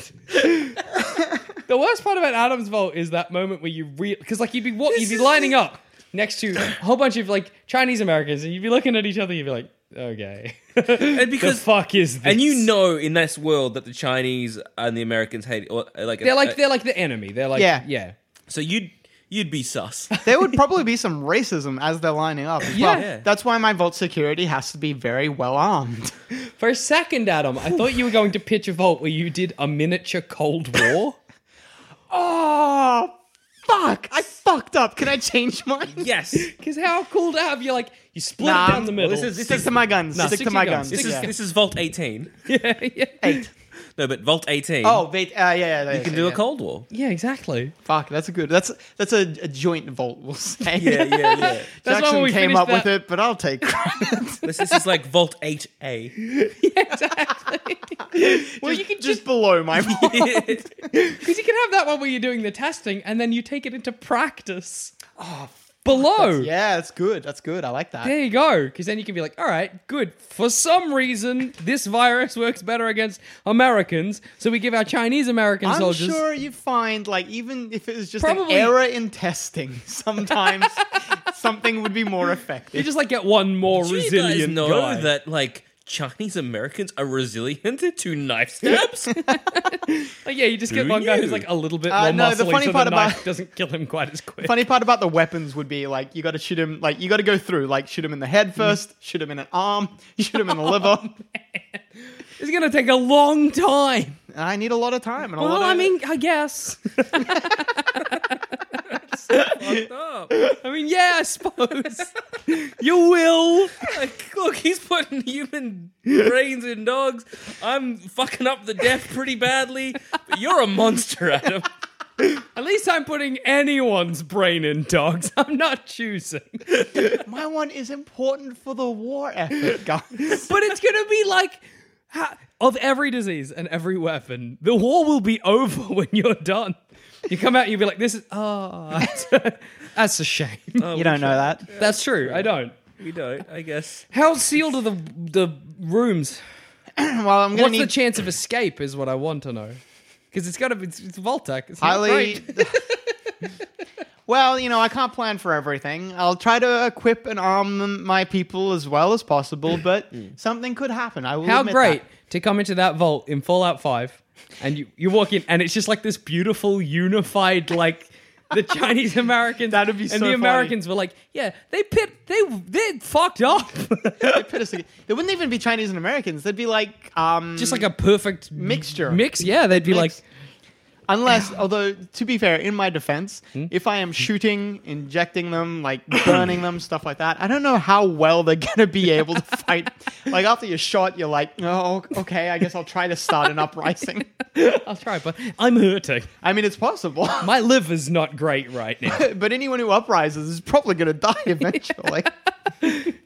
Speaker 4: the worst part about Adam's Vault is that moment where you real because like you'd be what you'd be lining up next to a whole bunch of like Chinese Americans and you'd be looking at each other. You'd be like, okay, and
Speaker 6: because-
Speaker 4: the fuck is this?
Speaker 6: And you know, in this world, that the Chinese and the Americans hate. Or, uh, like
Speaker 4: They're
Speaker 6: uh,
Speaker 4: like they're like the enemy. They're like
Speaker 5: Yeah.
Speaker 4: yeah.
Speaker 6: so you'd you'd be sus.
Speaker 5: there would probably be some racism as they're lining up. As well.
Speaker 6: Yeah.
Speaker 5: That's why my Volt security has to be very well armed.
Speaker 4: For a second, Adam, I thought you were going to pitch a vault where you did a miniature Cold War.
Speaker 5: Oh, fuck! I fucked up. Can I change mine?
Speaker 6: yes,
Speaker 4: Because how cool to have you like you split
Speaker 5: Nah,
Speaker 4: it down the middle.
Speaker 5: Stick to my guns. Stick to
Speaker 4: stick to
Speaker 5: my
Speaker 4: your guns.
Speaker 5: guns.
Speaker 4: Stick to
Speaker 6: this is
Speaker 5: Yeah.
Speaker 6: this is Vault 18.
Speaker 4: yeah, yeah.
Speaker 5: Eight.
Speaker 6: No, but Vault 18.
Speaker 5: Oh, wait, uh, yeah, yeah, yeah.
Speaker 6: you can do a Cold War.
Speaker 4: Yeah, exactly.
Speaker 5: Fuck, that's a good. That's that's a, a joint vault, we'll say.
Speaker 6: yeah, yeah.
Speaker 4: That's why
Speaker 5: Jackson
Speaker 4: when we
Speaker 5: came
Speaker 4: finished
Speaker 5: up with
Speaker 4: that-
Speaker 5: it, but I'll take credit.
Speaker 6: this, this is like Vault 8A.
Speaker 4: Well, you can
Speaker 5: just
Speaker 4: just
Speaker 5: below my vault.
Speaker 4: because you can have that one where you're doing the testing and then you take it into practice. below.
Speaker 5: Oh, yeah, that's good. That's good. I like that.
Speaker 4: There you go. Because then you can be like, all right, good. For some reason, this virus works better against Americans, so we give our Chinese American
Speaker 5: I'm
Speaker 4: soldiers.
Speaker 5: sure you find like even if it was just
Speaker 4: Probably-
Speaker 5: an error in testing, sometimes something would be more
Speaker 4: You
Speaker 5: effective.
Speaker 4: just like get one more
Speaker 6: Do you
Speaker 4: resilient
Speaker 6: guys know
Speaker 4: guy.
Speaker 6: that like Chinese Americans are resilient to knife stabs?
Speaker 4: Like, yeah, you just get
Speaker 6: Do
Speaker 4: one guy
Speaker 6: you?
Speaker 4: who's like a little bit
Speaker 5: Uh,
Speaker 4: more
Speaker 5: no,
Speaker 4: no,
Speaker 5: the
Speaker 4: muscly,
Speaker 5: funny
Speaker 4: so
Speaker 5: part
Speaker 4: the knife
Speaker 5: about-
Speaker 4: doesn't kill him quite as quick.
Speaker 5: Funny part about the weapons would be like you got to shoot him. Like you got to go through. Like shoot him in the head
Speaker 4: Mm-hmm.
Speaker 5: first. Shoot him in an arm. Shoot him in the liver.
Speaker 4: It's gonna take a long time.
Speaker 5: And I need a lot of time. And a
Speaker 4: Well,
Speaker 5: lot
Speaker 4: I
Speaker 5: of,
Speaker 4: mean, I guess. I mean, yeah, I suppose you will.
Speaker 6: like, look, he's putting human brains in dogs. I'm fucking up the death pretty badly. But you're a monster, Adam.
Speaker 4: At least I'm putting anyone's brain in dogs. I'm not choosing.
Speaker 5: my one is important for the war effort, guys.
Speaker 4: But it's gonna be like ha- of every disease and every weapon, the war will be over when you're done. You come out, you'll be like, "This is ah, that's a shame."
Speaker 5: you don't know that.
Speaker 4: Oh, that's true. I don't.
Speaker 6: We don't, I guess.
Speaker 4: How sealed are the the rooms?
Speaker 5: Well, I'm gonna
Speaker 4: What's
Speaker 5: need
Speaker 4: the chance of escape? Is what I want to know. Because it's got to be it's, it's Voltec. It's not
Speaker 5: highly.
Speaker 4: great.
Speaker 5: well, you know, I can't plan for everything. I'll try to equip and arm my people as well as possible, but something could happen. I will.
Speaker 4: How
Speaker 5: admit
Speaker 4: great
Speaker 5: that.
Speaker 4: to come into that vault in Fallout Five, and you you walk in, and it's just like this beautiful unified like. The Chinese Americans
Speaker 5: That'd be so
Speaker 4: and the
Speaker 5: funny.
Speaker 4: Americans were like, yeah, they pit, they they fucked up,
Speaker 5: Put us together. There wouldn't even be Chinese and Americans. They'd be like, um,
Speaker 4: just like a perfect
Speaker 5: Mixture.
Speaker 4: Mix, yeah, they'd be
Speaker 5: Mix.
Speaker 4: like,
Speaker 5: unless, although to be fair, in my defense,
Speaker 4: Hmm?
Speaker 5: if I am shooting, injecting them, like burning them, stuff like that, I don't know how well they're gonna be able to fight. like after you're shot, you're like, oh, okay, I guess I'll try to start an uprising.
Speaker 4: I'll try, but I'm hurting.
Speaker 5: I mean, it's possible.
Speaker 4: My liver's not great right now.
Speaker 5: but anyone who uprises is probably going to die eventually.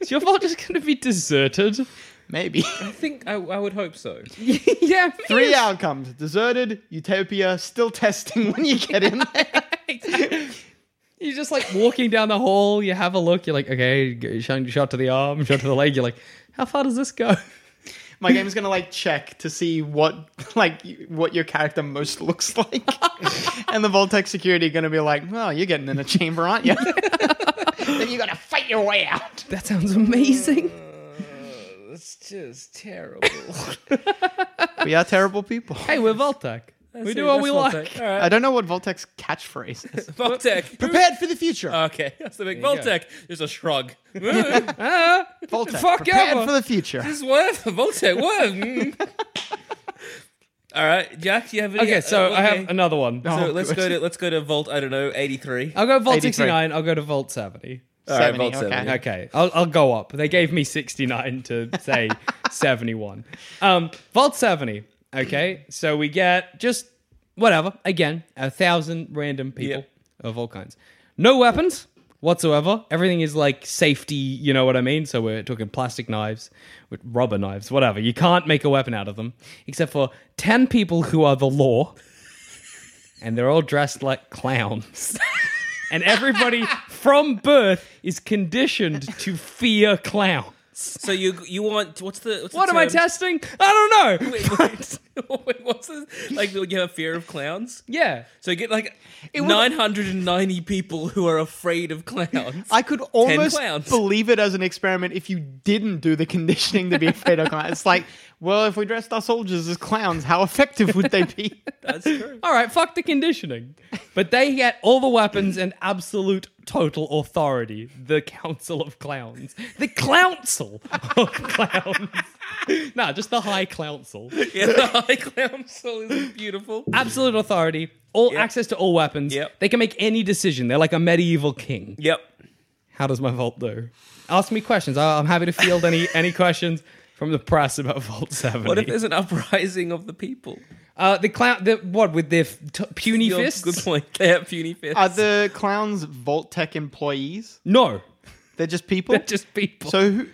Speaker 4: Is your vault just going to be deserted?
Speaker 5: Maybe.
Speaker 6: I think I, I would hope so.
Speaker 4: yeah,
Speaker 5: Three outcomes deserted, utopia, still testing when you get in there.
Speaker 4: You're just like walking down the hall. You have a look. You're like, okay, g- shot shot to the arm, shot to the leg. You're like, how far does this go?
Speaker 5: My game's going to like check to see what like what your character most looks like. and the Voltec security going to be like, "Well, you're getting in a chamber, aren't you?" then you got to fight your way out.
Speaker 4: That sounds amazing.
Speaker 6: It's Uh, just terrible.
Speaker 5: We are terrible people.
Speaker 4: Hey, we're Voltec. we do what we like.
Speaker 6: All right.
Speaker 5: I don't know what Voltec's catchphrase is. Uh,
Speaker 6: Voltec.
Speaker 5: Prepared for the future.
Speaker 6: Okay, that's the big Voltec. There's a shrug.
Speaker 5: Voltec.
Speaker 4: fuck
Speaker 5: prepared
Speaker 4: ever.
Speaker 5: for the future.
Speaker 6: This what? Voltec, what? Mm. All right, Jack, you have any?
Speaker 4: Okay, so
Speaker 6: uh,
Speaker 4: I
Speaker 6: okay.
Speaker 4: have another one.
Speaker 6: So
Speaker 5: Oh,
Speaker 6: let's
Speaker 5: good.
Speaker 6: go to let's go to Volt. I don't know, eighty three.
Speaker 4: I'll go Volt
Speaker 5: 83.
Speaker 4: 69. I'll go to Volt 70.
Speaker 5: 70,
Speaker 6: Volt
Speaker 5: okay.
Speaker 6: 70.
Speaker 4: Okay, I'll, I'll go up. They gave me 69 to say 71. Um, Vault 70. Okay, so we get just whatever, again, a thousand random people
Speaker 6: Yep.
Speaker 4: of all kinds. No weapons whatsoever. Everything is like safety, you know what I mean? So we're talking plastic knives, with rubber knives, whatever. You can't make a weapon out of them, except for 10 people who are the law, and they're all dressed like clowns and everybody from birth is conditioned to fear clowns.
Speaker 6: So you you want what's the what's
Speaker 4: What
Speaker 6: the
Speaker 4: am I
Speaker 6: term?
Speaker 4: testing? I don't know.
Speaker 6: Wait, wait, wait, what's this? Like, you have a fear of clowns?
Speaker 4: Yeah,
Speaker 6: So you get like 990 people who are afraid of clowns.
Speaker 5: I could almost
Speaker 6: clowns.
Speaker 5: believe it as an experiment if you didn't do the conditioning to be afraid of clowns. It's like, well, if we dressed our soldiers as clowns, how effective would they be?
Speaker 6: That's true.
Speaker 4: all right, fuck the conditioning. But they get all the weapons and absolute total authority. The Council of Clowns. The Council of Clowns. nah, just the High Council.
Speaker 6: Yeah, the high clown soul is beautiful.
Speaker 4: Absolute authority, all access to all weapons.
Speaker 6: Yep.
Speaker 4: They can make any decision. They're like a medieval king.
Speaker 6: Yep.
Speaker 4: how does my vault do? Ask me questions. I- I'm happy to field any any questions. from the press about Vault Seven. E.
Speaker 6: What if there's an uprising of the people?
Speaker 4: uh, the clown? The, what with their f- t- puny
Speaker 6: Your-
Speaker 4: fists?
Speaker 6: Good point. They have puny fists.
Speaker 5: Are the clowns Vault Tech employees?
Speaker 4: No,
Speaker 5: They're just people.
Speaker 4: they're just people.
Speaker 5: So, who,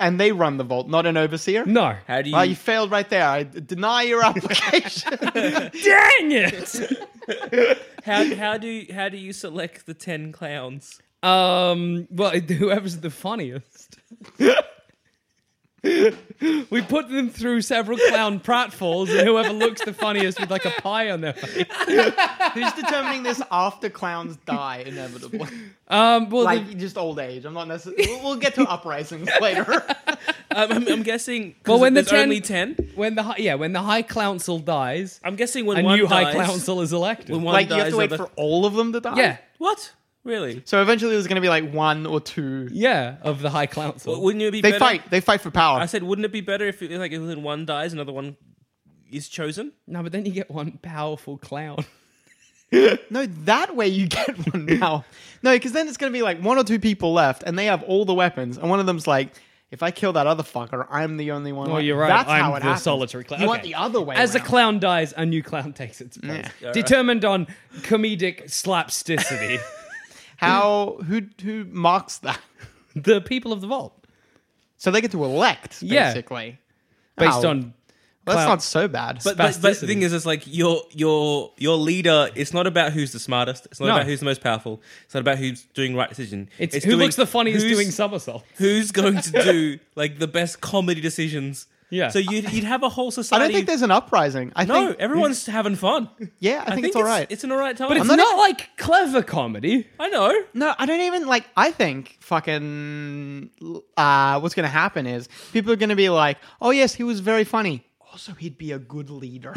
Speaker 5: and they run the vault, not an overseer.
Speaker 4: no,
Speaker 6: How do you?
Speaker 5: Well, you failed right there. I deny your application.
Speaker 4: dang it!
Speaker 6: how, how do you, how do you select the ten clowns?
Speaker 4: um, well, it- whoever's the funniest. we put them through several clown pratfalls, and whoever looks the funniest with like a pie on their face.
Speaker 5: Who's determining this after clowns die inevitably?
Speaker 4: Um, well, the-
Speaker 5: Like just old age. I'm not necessarily. We'll, we'll get to uprisings later.
Speaker 6: Um, I'm, I'm guessing.
Speaker 4: Well,
Speaker 6: Well,
Speaker 4: when
Speaker 6: when
Speaker 4: the
Speaker 6: there's
Speaker 4: 10
Speaker 6: only ten,
Speaker 4: when the high, yeah when the high council dies,
Speaker 6: I'm guessing when
Speaker 4: a
Speaker 6: one
Speaker 4: new
Speaker 6: dies,
Speaker 4: high council is elected.
Speaker 6: When one
Speaker 5: like you
Speaker 6: dies,
Speaker 5: have to wait
Speaker 6: other-
Speaker 5: for all of them to die.
Speaker 4: yeah,
Speaker 6: what? Really?
Speaker 5: So eventually, there's going to be like one or two.
Speaker 4: yeah, of the high council.
Speaker 6: But wouldn't it be
Speaker 5: They
Speaker 6: better?
Speaker 5: fight. They fight for power.
Speaker 6: I said, wouldn't it be better if it, like when one dies, another one is chosen?
Speaker 4: No, but then you get one powerful clown.
Speaker 5: No, that way you get one now. No, because then it's going to be like one or two people left, and they have all the weapons, and one of them's like, "If I kill that other fucker, I'm the only one."
Speaker 4: Well,
Speaker 5: left."
Speaker 4: Oh, you're right.
Speaker 5: That's
Speaker 4: I'm
Speaker 5: how it
Speaker 4: the
Speaker 5: happens.
Speaker 4: solitary clown.
Speaker 5: You
Speaker 4: Okay.
Speaker 5: want the other way.
Speaker 4: As a
Speaker 5: around.
Speaker 4: clown dies, a new clown takes its place. Determined on comedic slapsticity,
Speaker 5: how who who marks that?
Speaker 4: the people of the vault,
Speaker 5: So they get to elect
Speaker 4: Yeah.
Speaker 5: basically.
Speaker 4: based
Speaker 5: Ow.
Speaker 4: on
Speaker 5: Well, that's
Speaker 4: clown-
Speaker 5: not so bad.
Speaker 6: But, but, but the
Speaker 4: Spasticity.
Speaker 6: thing is, it's like your your your leader. It's not about who's the smartest. It's not
Speaker 4: No.
Speaker 6: about who's the most powerful. It's not about who's doing the right decision.
Speaker 4: it's, who
Speaker 6: doing-
Speaker 4: looks the funniest
Speaker 6: who's-
Speaker 4: doing somersault.
Speaker 6: Who's going to do like the best comedy decisions?
Speaker 4: Yeah.
Speaker 6: So you'd, you'd have a whole
Speaker 5: I
Speaker 6: society.
Speaker 5: don't think there's an uprising. I
Speaker 6: No,
Speaker 5: think
Speaker 6: everyone's having fun.
Speaker 5: yeah, I think, it's all right.
Speaker 6: It's an all right time.
Speaker 4: But it's
Speaker 5: not
Speaker 4: not, like clever comedy.
Speaker 6: I know.
Speaker 5: No, I don't even like. I think fucking uh, what's going to happen is people are going to be like, "Oh yes, he was very funny. Also, he'd be a good leader."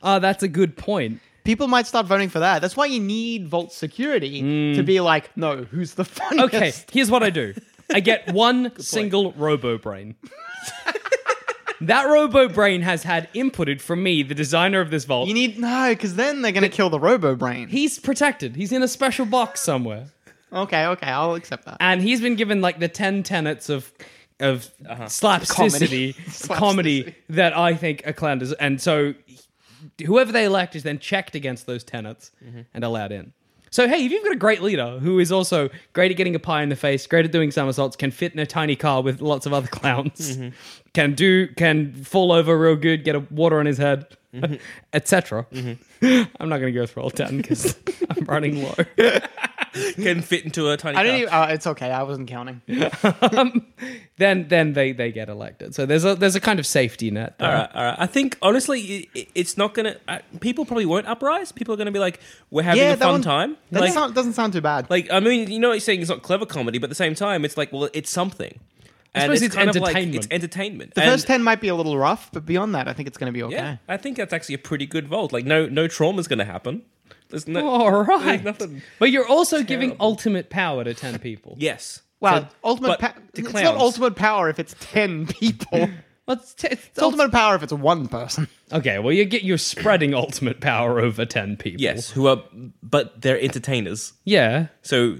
Speaker 4: Ah, that's a good point.
Speaker 5: people might start voting for that. That's why you need Vault Security
Speaker 6: Hmm.
Speaker 5: to be like, "No, who's the funniest?"
Speaker 4: Okay, here's what I do. I get one single robo brain. that robo brain has had inputted from me, the designer of this vault.
Speaker 5: You need no, because then they're going to kill the Robo Brain.
Speaker 4: He's protected. He's in a special box somewhere.
Speaker 5: okay, okay, I'll accept that.
Speaker 4: and he's been given like the 10 tenets of of slapsticity comedy.
Speaker 5: Comedy.
Speaker 4: that I think a clown does and so whoever they elect is then checked against those tenets and allowed in so hey if you've got a great leader who is also great at getting a pie in the face great at doing somersaults can fit in a tiny car with lots of other clowns can do can fall over real good get a water on his head etc i'm not going to go through all 10 because i'm running low
Speaker 6: Can fit into a tiny.
Speaker 5: I
Speaker 6: car.
Speaker 5: don't even. Uh, it's okay. I wasn't counting.
Speaker 4: then then they they get elected. So there's a there's a kind of safety net. There.
Speaker 6: All right, all right. I think honestly, i- i it's not gonna. Uh, people probably won't uprise. People are gonna be like, "We're having
Speaker 5: yeah,
Speaker 6: a
Speaker 5: that
Speaker 6: fun
Speaker 5: one-
Speaker 6: time."
Speaker 5: That
Speaker 6: Like,
Speaker 5: sound, doesn't sound too bad.
Speaker 6: like I mean, you know, what you're saying it's not clever comedy, but at the same time, it's like, well, it's something. I
Speaker 4: suppose it's
Speaker 6: kind Of like,
Speaker 4: entertainment.
Speaker 6: it's entertainment.
Speaker 5: the
Speaker 6: And-
Speaker 5: first ten might be a little rough, but beyond that, I think it's going to be okay.
Speaker 6: yeah, I think that's actually a pretty good vault. Like, no, no trauma's gonna happen. There's no.
Speaker 4: All
Speaker 6: There's
Speaker 4: right.
Speaker 6: nothing.
Speaker 4: But you're also giving ultimate power to ten people.
Speaker 6: Yes.
Speaker 5: Wow,
Speaker 6: So-
Speaker 5: ultimate
Speaker 6: but
Speaker 5: power.
Speaker 6: to
Speaker 5: It's not
Speaker 6: clowns.
Speaker 5: ultimate power if it's ten people. it's
Speaker 4: Well, it's t- it's ultimate.
Speaker 5: ultimate power if it's one person.
Speaker 4: Okay. Well, you get you're spreading ultimate power over ten people.
Speaker 6: Yes, who are but they're entertainers.
Speaker 4: Yeah.
Speaker 6: So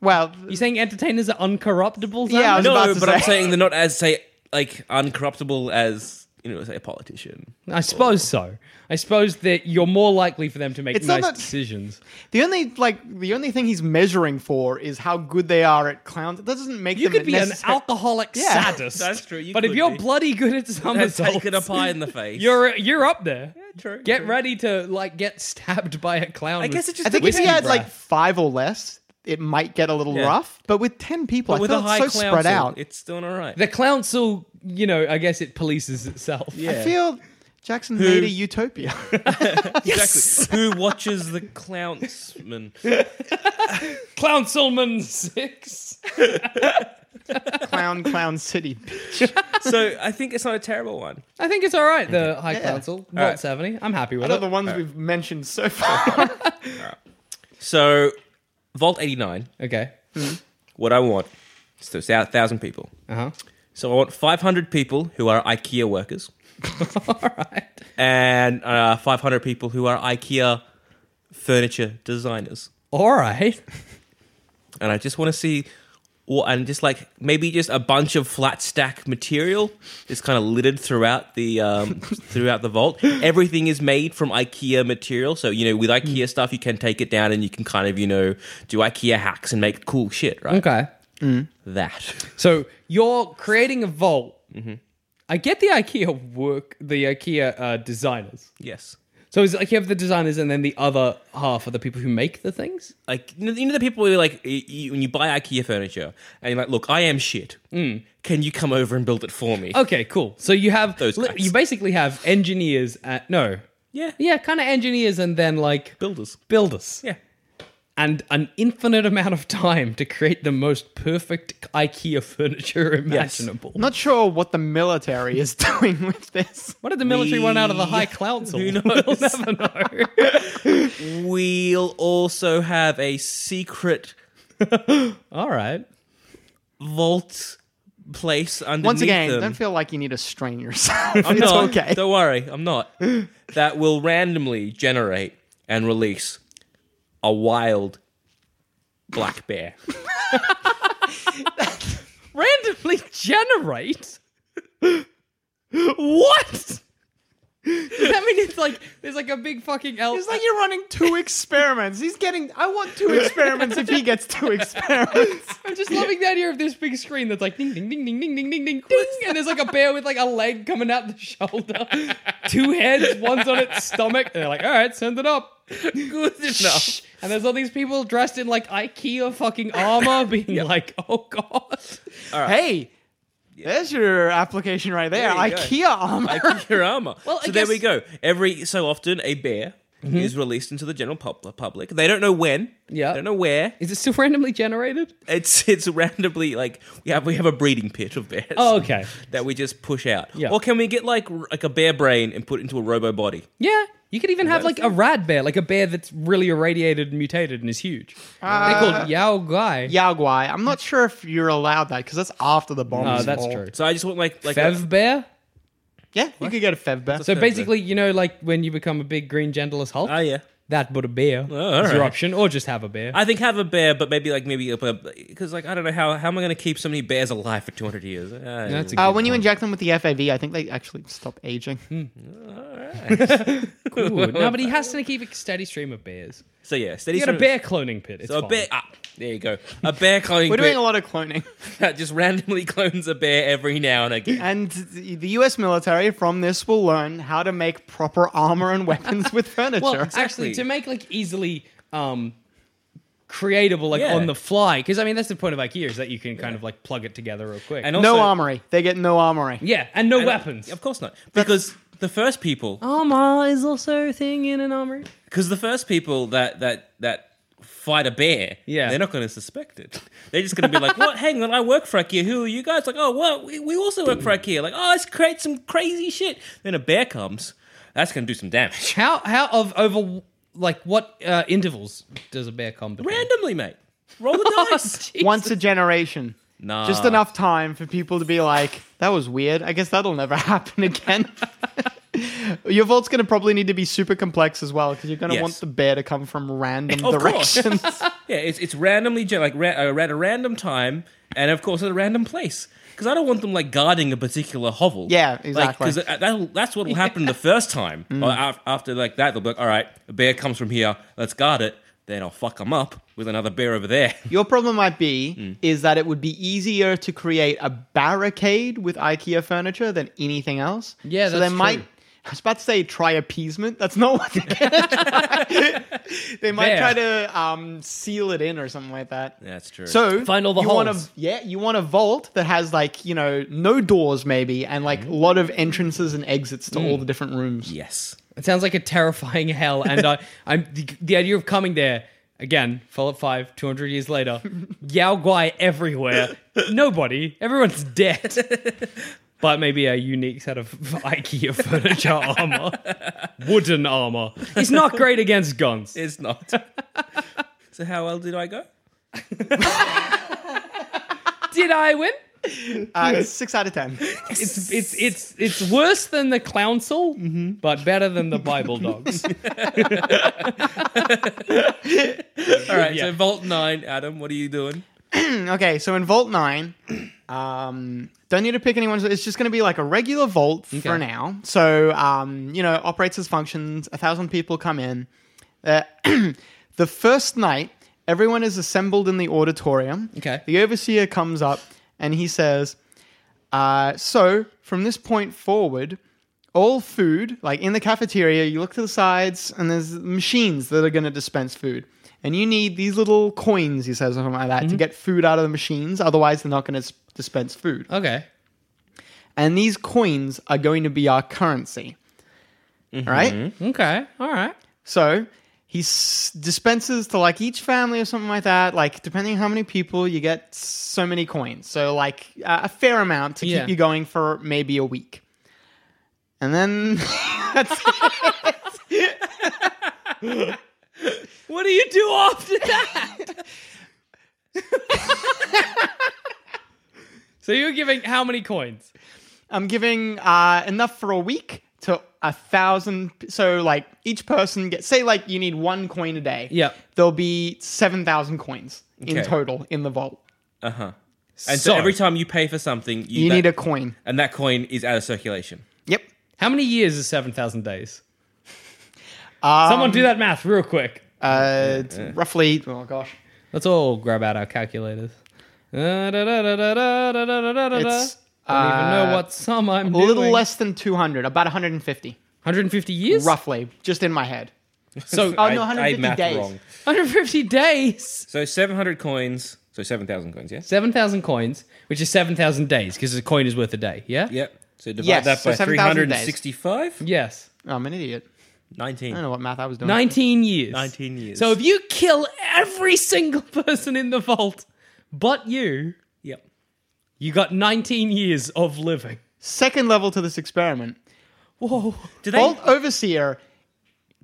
Speaker 5: Well,
Speaker 4: You're saying entertainers are uncorruptible?
Speaker 5: Yeah, I
Speaker 4: Simon?
Speaker 5: was
Speaker 6: no,
Speaker 5: about
Speaker 6: but
Speaker 5: to
Speaker 6: I'm
Speaker 5: say.
Speaker 6: saying they're not as say like uncorruptible as you know, say a politician.
Speaker 4: I suppose so. I suppose that you're more likely for them to make
Speaker 5: It's not
Speaker 4: nice
Speaker 5: that-
Speaker 4: decisions.
Speaker 5: the only like the only thing he's measuring for is how good they are at clowns. That doesn't make
Speaker 4: You
Speaker 5: them
Speaker 4: could be an
Speaker 5: necessar-
Speaker 4: alcoholic
Speaker 5: Yeah.
Speaker 4: sadist.
Speaker 6: That's true, you
Speaker 4: but if
Speaker 6: could
Speaker 4: you're
Speaker 6: be.
Speaker 4: bloody good at somersaults,
Speaker 6: Taking a pie in the face.
Speaker 4: you're you're up there.
Speaker 6: true,
Speaker 4: Get
Speaker 6: true.
Speaker 4: ready to like get stabbed by a clown.
Speaker 6: I
Speaker 4: with-
Speaker 6: guess it just
Speaker 5: I think if he
Speaker 4: Whiskey
Speaker 5: had like
Speaker 4: breath.
Speaker 5: five or less, it might get a little
Speaker 6: Yeah.
Speaker 5: rough. But with ten people,
Speaker 6: But with
Speaker 5: I
Speaker 6: a
Speaker 5: feel
Speaker 6: high
Speaker 5: it's so
Speaker 6: clown
Speaker 5: spread
Speaker 6: sort,
Speaker 5: out.
Speaker 6: It's doing all right.
Speaker 4: The council, you know, I guess it polices itself.
Speaker 5: I feel Jackson made a utopia.
Speaker 6: Exactly. Who watches the clownsman?
Speaker 4: Councilman Six.
Speaker 5: clown, clown city.
Speaker 6: so I think it's not a terrible one.
Speaker 4: I think it's all right. The High
Speaker 5: Yeah.
Speaker 4: Council, Vault
Speaker 6: right.
Speaker 4: seventy. I'm happy with
Speaker 5: What are
Speaker 4: it.
Speaker 5: the ones we've mentioned so far?
Speaker 6: So Vault 89,
Speaker 4: Okay.
Speaker 6: what I want is those 1,000 people.
Speaker 4: Uh huh.
Speaker 6: So I want 500 people who are IKEA workers
Speaker 4: all right.
Speaker 6: and uh, 500 people who are IKEA furniture designers.
Speaker 4: All right.
Speaker 6: And I just want to see or and just like maybe just a bunch of flat stack material is kind of littered throughout the um, throughout the vault. Everything is made from IKEA material, so you know with IKEA stuff you can take it down and you can kind of you know do IKEA hacks and make cool shit, right?
Speaker 4: Okay.
Speaker 6: That
Speaker 4: So you're creating a vault.
Speaker 6: Mm-hmm.
Speaker 4: I get the IKEA work, the IKEA uh, designers.
Speaker 6: yes.
Speaker 4: So is it like you have the designers and then the other half are the people who make the things?
Speaker 6: like you know, you know the people who are like y you, when you buy IKEA furniture and you're like, look, I am shit. Can you come over and build it for me?
Speaker 4: Okay, cool. So you have
Speaker 6: Those guys.
Speaker 4: you basically have engineers at no.
Speaker 6: Yeah.
Speaker 4: Yeah, kind of engineers and then like
Speaker 6: builders.
Speaker 4: builders.
Speaker 6: Yeah,
Speaker 4: And an infinite amount of time to create the most perfect IKEA furniture imaginable.
Speaker 5: I'm not sure what the military is doing with this.
Speaker 4: What did the military want out of the High Council?
Speaker 6: Who knows?
Speaker 4: We'll never know.
Speaker 6: we'll also have a secret
Speaker 4: All right.
Speaker 6: vault place underneath
Speaker 5: Once again,
Speaker 6: them.
Speaker 5: don't feel like you need to strain yourself. it's
Speaker 6: No,
Speaker 5: okay.
Speaker 6: Don't worry, I'm not. that will randomly generate and release a wild black bear.
Speaker 4: randomly generate? what? Does that mean it's like there's like a big fucking elf?
Speaker 5: It's like you're running two experiments. He's getting. I want two experiments if he gets two experiments.
Speaker 4: I'm just loving the idea of this big screen that's like ding ding ding ding ding ding ding ding ding, and there's like a bear with like a leg coming out the shoulder, two heads, one's on its stomach, and they're like, all right, send it up. Good enough. And there's all these people dressed in like IKEA fucking armor, being like, oh god.
Speaker 5: Hey, there's your application right there.
Speaker 6: There you go.
Speaker 5: IKEA um, armor.
Speaker 6: Your armor.
Speaker 4: Well, I
Speaker 6: so there
Speaker 4: guess- Mm-hmm.
Speaker 6: we go. Every so often, a bear is released into the general pub- public. They don't know when.
Speaker 4: Yeah.
Speaker 6: They don't know where.
Speaker 4: Is it still randomly generated?
Speaker 6: It's it's randomly like we have we have a breeding pit of bears.
Speaker 4: Oh, okay.
Speaker 6: That we just push out.
Speaker 4: Yeah.
Speaker 6: Or can we get like r- like a bear brain and put it into a robo body?
Speaker 4: Yeah. You could even have like a rad bear, like a bear that's really irradiated and mutated and is huge. They're called Yao Gai.
Speaker 5: Yao Guai. I'm not sure if you're allowed that because that's after the bomb.
Speaker 6: Uh,
Speaker 4: Oh,
Speaker 5: is
Speaker 4: that's
Speaker 5: full.
Speaker 4: true.
Speaker 6: So I just want like like a-
Speaker 4: Fev bear?
Speaker 5: Yeah, you could go to Fevber.
Speaker 4: So basically, you know, like when you become a big green genderless Hulk?
Speaker 6: Oh yeah. Oh,
Speaker 4: that but a bear
Speaker 6: all
Speaker 4: is your
Speaker 6: right.
Speaker 4: option, or just have a bear.
Speaker 6: I think have a bear, but maybe like maybe because like I don't know how how am I going to keep so many bears alive for two hundred years? Uh,
Speaker 4: That's a
Speaker 5: uh,
Speaker 4: good
Speaker 5: when you inject them with the FAV, I think they actually stop aging.
Speaker 6: Hmm.
Speaker 4: good. No, but he has to keep a steady stream of bears.
Speaker 6: so yeah, steady.
Speaker 4: You got a
Speaker 6: stream-
Speaker 4: bear cloning pit. It's
Speaker 6: So a
Speaker 4: fine.
Speaker 6: bear. Ah, there you go. A bear cloning
Speaker 5: We're
Speaker 6: pit
Speaker 5: doing a lot of cloning.
Speaker 6: that just randomly clones a bear every now and again.
Speaker 5: And th- the US military from this will learn how to make proper armor and weapons with furniture.
Speaker 4: Well, actually, to make like easily um creatable, like
Speaker 6: Yeah.
Speaker 4: on the fly, because I mean that's the point of IKEA is that you can kind of like plug it together real quick.
Speaker 6: And
Speaker 5: no
Speaker 6: also-
Speaker 5: armory. They get no armory.
Speaker 4: yeah, and no
Speaker 6: and-
Speaker 4: weapons.
Speaker 6: Of course not, because the first people
Speaker 4: Armor is also a thing in an armory.
Speaker 6: because the first people that that that fight a bear,
Speaker 4: Yeah.
Speaker 6: they're not going to suspect it. They're just going to be like, "What? Hang on, I work for IKEA. Who are you guys?" Like, "Oh, what? We, we also work for IKEA." Like, "Oh, let's create some crazy shit." Then a bear comes. That's going to do some damage
Speaker 4: How how of over like what uh, intervals does a bear come? between?
Speaker 6: randomly, mate. Roll the dice.
Speaker 4: Jesus.
Speaker 5: Once a generation.
Speaker 6: Nah.
Speaker 5: Just enough time for people to be like, that was weird. I guess that'll never happen again. Your vault's going to probably need to be super complex as well because you're going to
Speaker 6: Yes.
Speaker 5: want the bear to come from random
Speaker 6: Of course.
Speaker 5: directions.
Speaker 6: Yeah, it's, it's randomly gen- like ra- uh, at a random time, and of course at a random place. Because I don't want them like guarding a particular hovel.
Speaker 5: Yeah, exactly. Mm.
Speaker 6: Because that, that's what will happen the first time. Or af- after like that, they'll be like, "All right, a bear comes from here. Let's guard it." Then I'll fuck them up with another bear over there.
Speaker 5: Your problem might be is that it would be easier to create a barricade with IKEA furniture than anything else.
Speaker 4: Yeah, that's
Speaker 5: so they
Speaker 4: true.
Speaker 5: might. I was about to say try appeasement. That's not what they're gonna try. they might
Speaker 4: There.
Speaker 5: try to um, seal it in or something like that.
Speaker 6: That's true.
Speaker 5: So
Speaker 4: Find all the
Speaker 5: you want a
Speaker 4: holes.
Speaker 5: yeah you want a vault that has like you know no doors maybe and like a lot of entrances and exits to
Speaker 4: Mm.
Speaker 5: all the different rooms.
Speaker 6: yes,
Speaker 4: It sounds like a terrifying hell, and I, I'm the, the idea of coming there again. Fallout Five, two hundred years later, Yao Guai everywhere, nobody, everyone's dead. But maybe a unique set of IKEA furniture armor, wooden armor. It's not great against guns.
Speaker 6: it's not. so how well did I go?
Speaker 4: Did I win?
Speaker 5: Uh, Six out of ten.
Speaker 4: It's it's it's it's worse than the council,
Speaker 6: Mm-hmm.
Speaker 4: but better than the Bible dogs.
Speaker 6: All right.
Speaker 4: Yeah.
Speaker 6: So Vault Nine, Adam, what are you doing?
Speaker 5: okay, so in Vault 9, um, don't need to pick anyone. It's just going to be like a regular Vault for now. So, um, you know, operates as functions. A thousand people come in. Uh, the first night, everyone is assembled in the auditorium.
Speaker 4: Okay.
Speaker 5: The overseer comes up and he says, uh, So, from this point forward, all food, like in the cafeteria, you look to the sides and there's machines that are going to dispense food. And you need these little coins, he says, or something like that, to get food out of the machines. Otherwise, they're not going to dispense food.
Speaker 4: Okay.
Speaker 5: And these coins are going to be our currency. Right?
Speaker 4: Okay. All right.
Speaker 5: So he s- dispenses to like each family or something like that. Like depending on how many people, you get so many coins. So like a a fair amount to
Speaker 4: Yeah.
Speaker 5: keep you going for maybe a week. And then that's
Speaker 4: What do you do after that? so you were giving how many coins?
Speaker 5: I'm giving uh, enough for a week to a thousand. p- So like each person gets say like you need one coin a day.
Speaker 4: Yep.
Speaker 5: There'll be seven thousand coins in
Speaker 6: Okay.
Speaker 5: total in the vault.
Speaker 6: And so, every time you pay for something, you,
Speaker 5: You
Speaker 6: that-
Speaker 5: need a coin.
Speaker 6: and that coin is out of circulation.
Speaker 5: Yep.
Speaker 4: How many years is 7,000 days? Someone do that math real quick.
Speaker 5: Uh, it's roughly. Oh gosh.
Speaker 4: Let's all grab out our calculators. Don't even
Speaker 5: It's,
Speaker 4: know
Speaker 5: uh,
Speaker 4: what sum I'm
Speaker 5: A little
Speaker 4: doing.
Speaker 5: less than 200, about 150,
Speaker 4: 150 years?
Speaker 5: roughly, just in my head.
Speaker 4: So
Speaker 5: Oh, no,
Speaker 6: I- I
Speaker 5: 150
Speaker 6: math
Speaker 5: days.
Speaker 6: wrong.
Speaker 4: 150 days.
Speaker 6: So 700 coins. So 7,000 coins, yes?
Speaker 4: 7,000 coins, which is 7,000 days because a coin is worth a day. Yeah?
Speaker 6: Yep. So divide
Speaker 5: Yes,
Speaker 6: that
Speaker 5: so
Speaker 6: by
Speaker 5: 7,000 days.
Speaker 6: 365?
Speaker 4: Yes.
Speaker 5: Oh, I'm an idiot.
Speaker 6: 19.
Speaker 5: I don't know what math I was doing.
Speaker 4: 19 years.
Speaker 6: 19 years.
Speaker 4: So if you kill every single person in the vault but you,
Speaker 6: Yep.
Speaker 4: you got 19 years of living.
Speaker 5: Second level to this experiment.
Speaker 4: Whoa.
Speaker 6: Do they,
Speaker 5: Vault Overseer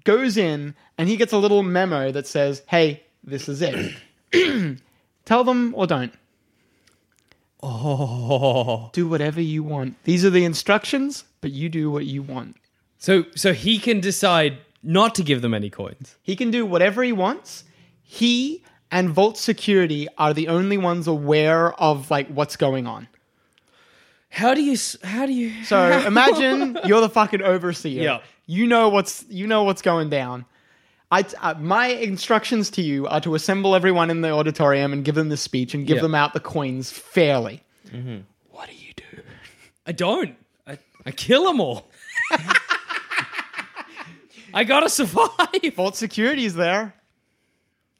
Speaker 5: goes in and he gets a little memo that says, hey, this is it. Tell them or don't. Oh. Do whatever you want. These are the instructions, but you do what you want.
Speaker 4: So so he can decide not to give them any coins.
Speaker 5: He can do whatever he wants. He and Vault Security are the only ones aware of like what's going on.
Speaker 4: How do you s- how do you
Speaker 5: So imagine you're the fucking overseer.
Speaker 4: Yeah.
Speaker 5: You know what's you know what's going down. I uh, my instructions to you are to assemble everyone in the auditorium and give them the speech and give
Speaker 4: Yeah.
Speaker 5: them out the coins fairly.
Speaker 4: What do you do? I don't. I, I kill them all. I gotta survive.
Speaker 5: Vault Security is there.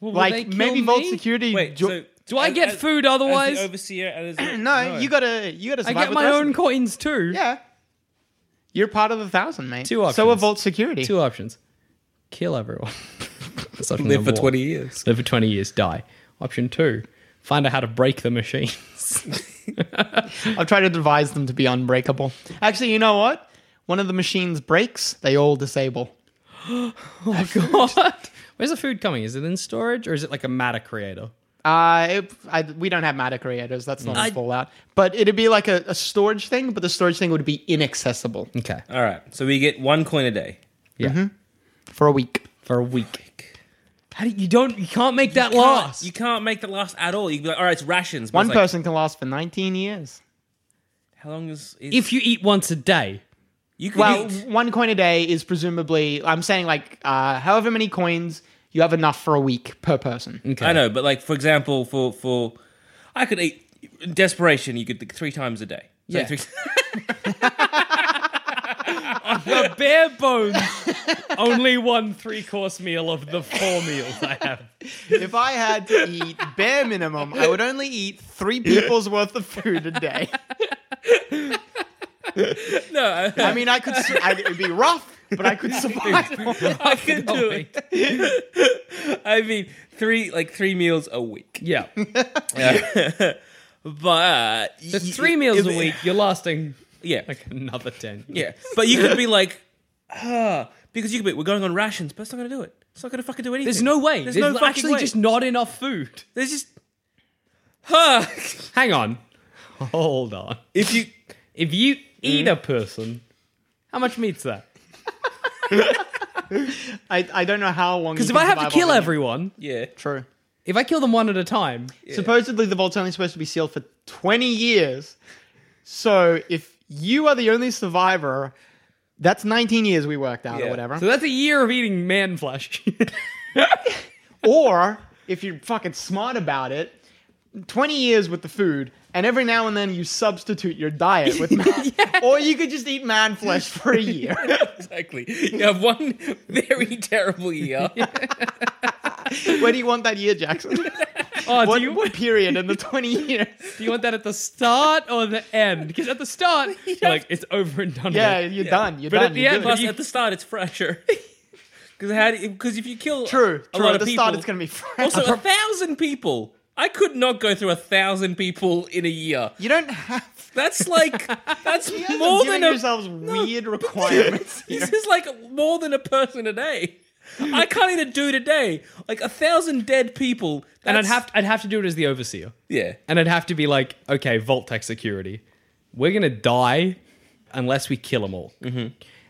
Speaker 4: Well, will they
Speaker 5: like
Speaker 4: kill
Speaker 5: maybe Vault
Speaker 4: me?
Speaker 5: Security.
Speaker 6: wait,
Speaker 5: jo-
Speaker 6: so
Speaker 4: Do I
Speaker 6: as-
Speaker 4: get
Speaker 6: as-
Speaker 4: food
Speaker 6: as the
Speaker 4: otherwise?
Speaker 6: overseer and as
Speaker 5: no, you gotta you gotta.
Speaker 4: I
Speaker 5: Survive
Speaker 4: get
Speaker 5: with
Speaker 4: my
Speaker 5: the rest
Speaker 4: own
Speaker 5: of them.
Speaker 4: coins too.
Speaker 5: Yeah. You're part of the thousand, mate.
Speaker 4: Two
Speaker 5: So are
Speaker 4: options.
Speaker 5: Vault Security.
Speaker 4: Two options: kill everyone. That's option
Speaker 6: live
Speaker 4: number
Speaker 6: for
Speaker 4: one.
Speaker 6: 20 years.
Speaker 4: Live for twenty years. Die. Option two: find out how to break the machines.
Speaker 5: I've tried to devise them to be unbreakable. Actually, you know what? One of the machines breaks, they all disable.
Speaker 4: oh God! Where's the food coming? Is it in storage or is it like a matter creator?
Speaker 5: Uh, it, I, we don't have matter creators. That's not in Fallout. But it'd be like a, a storage thing, but the storage thing would be inaccessible
Speaker 4: Okay.
Speaker 6: All right. So we get one coin a day.
Speaker 4: Yeah.
Speaker 5: for a week.
Speaker 4: For a week. How do you don't? You can't make that
Speaker 6: Can't-
Speaker 4: last.
Speaker 6: You can't make the last at all. You'd be like, all right, it's rations. but
Speaker 5: One
Speaker 6: it's like,
Speaker 5: person can last for 19 years.
Speaker 6: How long is. is
Speaker 4: if you eat once a day.
Speaker 6: you could
Speaker 5: Well,
Speaker 6: eat.
Speaker 5: one coin a day is presumably, I'm saying like uh, however many coins, you have enough for a week per person.
Speaker 6: I know, but like, for example, for. for I could eat. In desperation, you could like, three times a day. So
Speaker 4: Yeah.
Speaker 6: three-
Speaker 4: The bare bones. Only one three course meal of the four meals I have.
Speaker 5: If I had to eat bare minimum, I would only eat three people's worth of food a day.
Speaker 6: no, I,
Speaker 5: I mean, I could, su- I, it'd be rough, but I could survive.
Speaker 6: I could do it. I mean, three like three meals a week.
Speaker 4: Yeah.
Speaker 6: But
Speaker 4: So three meals a week, you're lasting
Speaker 6: Yeah,
Speaker 4: like another 10.
Speaker 6: yeah. But you could be like, ah, because you could be. We're going on rations, but it's not going to do it. It's not going to fucking do anything.
Speaker 4: There's no way.
Speaker 6: There's,
Speaker 4: There's,
Speaker 6: no fucking
Speaker 4: actually
Speaker 6: way.
Speaker 4: just not enough food.
Speaker 6: There's just. Huh.
Speaker 4: Hang on. Hold on.
Speaker 6: If you
Speaker 4: If
Speaker 5: Mm.
Speaker 4: you eat a person, how much meat's that?
Speaker 5: I, I don't know how long.
Speaker 4: Because
Speaker 5: you
Speaker 4: if I
Speaker 5: can
Speaker 4: have to
Speaker 5: survive
Speaker 4: kill
Speaker 5: on any-
Speaker 4: everyone,
Speaker 6: yeah,
Speaker 5: True.
Speaker 4: If I kill them one at a time,
Speaker 5: Supposedly, the vault's only supposed to be sealed for 20 years. So if you are the only survivor, that's 19 years we worked out or
Speaker 6: Yeah.
Speaker 5: whatever.
Speaker 4: so that's a year of eating man flesh.
Speaker 5: or if you're fucking smart about it, 20 years with the food, and every now and then you substitute your diet with man. Or you could just eat man flesh for a year.
Speaker 6: Exactly. You have one very terrible year.
Speaker 5: Where do you want that year, Jackson?
Speaker 6: Uh,
Speaker 4: oh,
Speaker 5: What,
Speaker 4: do you,
Speaker 5: what period in the 20 years?
Speaker 4: do you want that at the start or the end? Because at the start, you're like it's over and done.
Speaker 5: Yeah,
Speaker 4: with.
Speaker 5: you're done. You're
Speaker 4: But at
Speaker 5: done.
Speaker 4: the
Speaker 5: you're
Speaker 4: end,
Speaker 5: good.
Speaker 6: Plus, at the start, it's fresher. Because because if you kill
Speaker 5: true,
Speaker 6: a
Speaker 5: true.
Speaker 6: lot
Speaker 5: At
Speaker 6: of
Speaker 5: the
Speaker 6: people,
Speaker 5: start, it's going to be fresh.
Speaker 6: also a thousand people. I could not go through a thousand people in a year.
Speaker 5: you don't have
Speaker 6: That's like that's
Speaker 5: guys are
Speaker 6: more
Speaker 5: giving
Speaker 6: than a,
Speaker 5: yourselves weird
Speaker 6: but this-
Speaker 5: requirements
Speaker 6: This is like more than a person a day. I can't even do today. Like a thousand dead people,
Speaker 4: and I'd
Speaker 6: that's-
Speaker 4: have to, I'd have to do it as the overseer.
Speaker 6: yeah.
Speaker 4: And I'd have to be like, okay, Vault Tech security, we're gonna die unless we kill them all. Mm-hmm.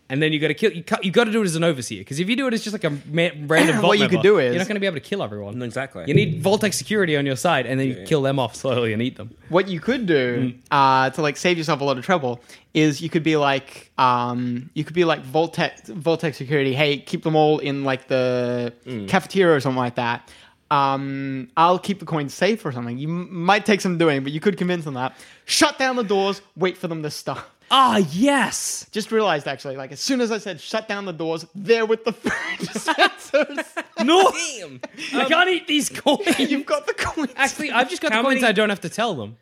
Speaker 4: And then you got to kill. You, cut- you got to do it as an overseer because if you do it as just like a ma- random vault
Speaker 5: What you
Speaker 4: member,
Speaker 5: could do is-
Speaker 4: you're not going to be able to kill everyone.
Speaker 6: Exactly.
Speaker 4: You need Vault Tech security on your side, and then you kill them off slowly and eat them.
Speaker 5: what you could do uh, to like save yourself a lot of trouble is you could be like um, you could be like Voltec Voltec security. Hey, keep them all in like the cafeteria or something like that. Um, I'll keep the coins safe or something. You m- might take some doing, but you could convince them that. Shut down the doors. Wait for them to stop.
Speaker 4: Ah, yes.
Speaker 5: Just realized actually, like as soon as I said shut down the doors, they're with the food dispensers.
Speaker 4: No,
Speaker 6: Oh,
Speaker 4: I can't eat these coins.
Speaker 5: You've got the coins.
Speaker 4: Um, Actually, I've just got
Speaker 6: How
Speaker 4: the coins.
Speaker 6: many-
Speaker 4: I don't have to tell them.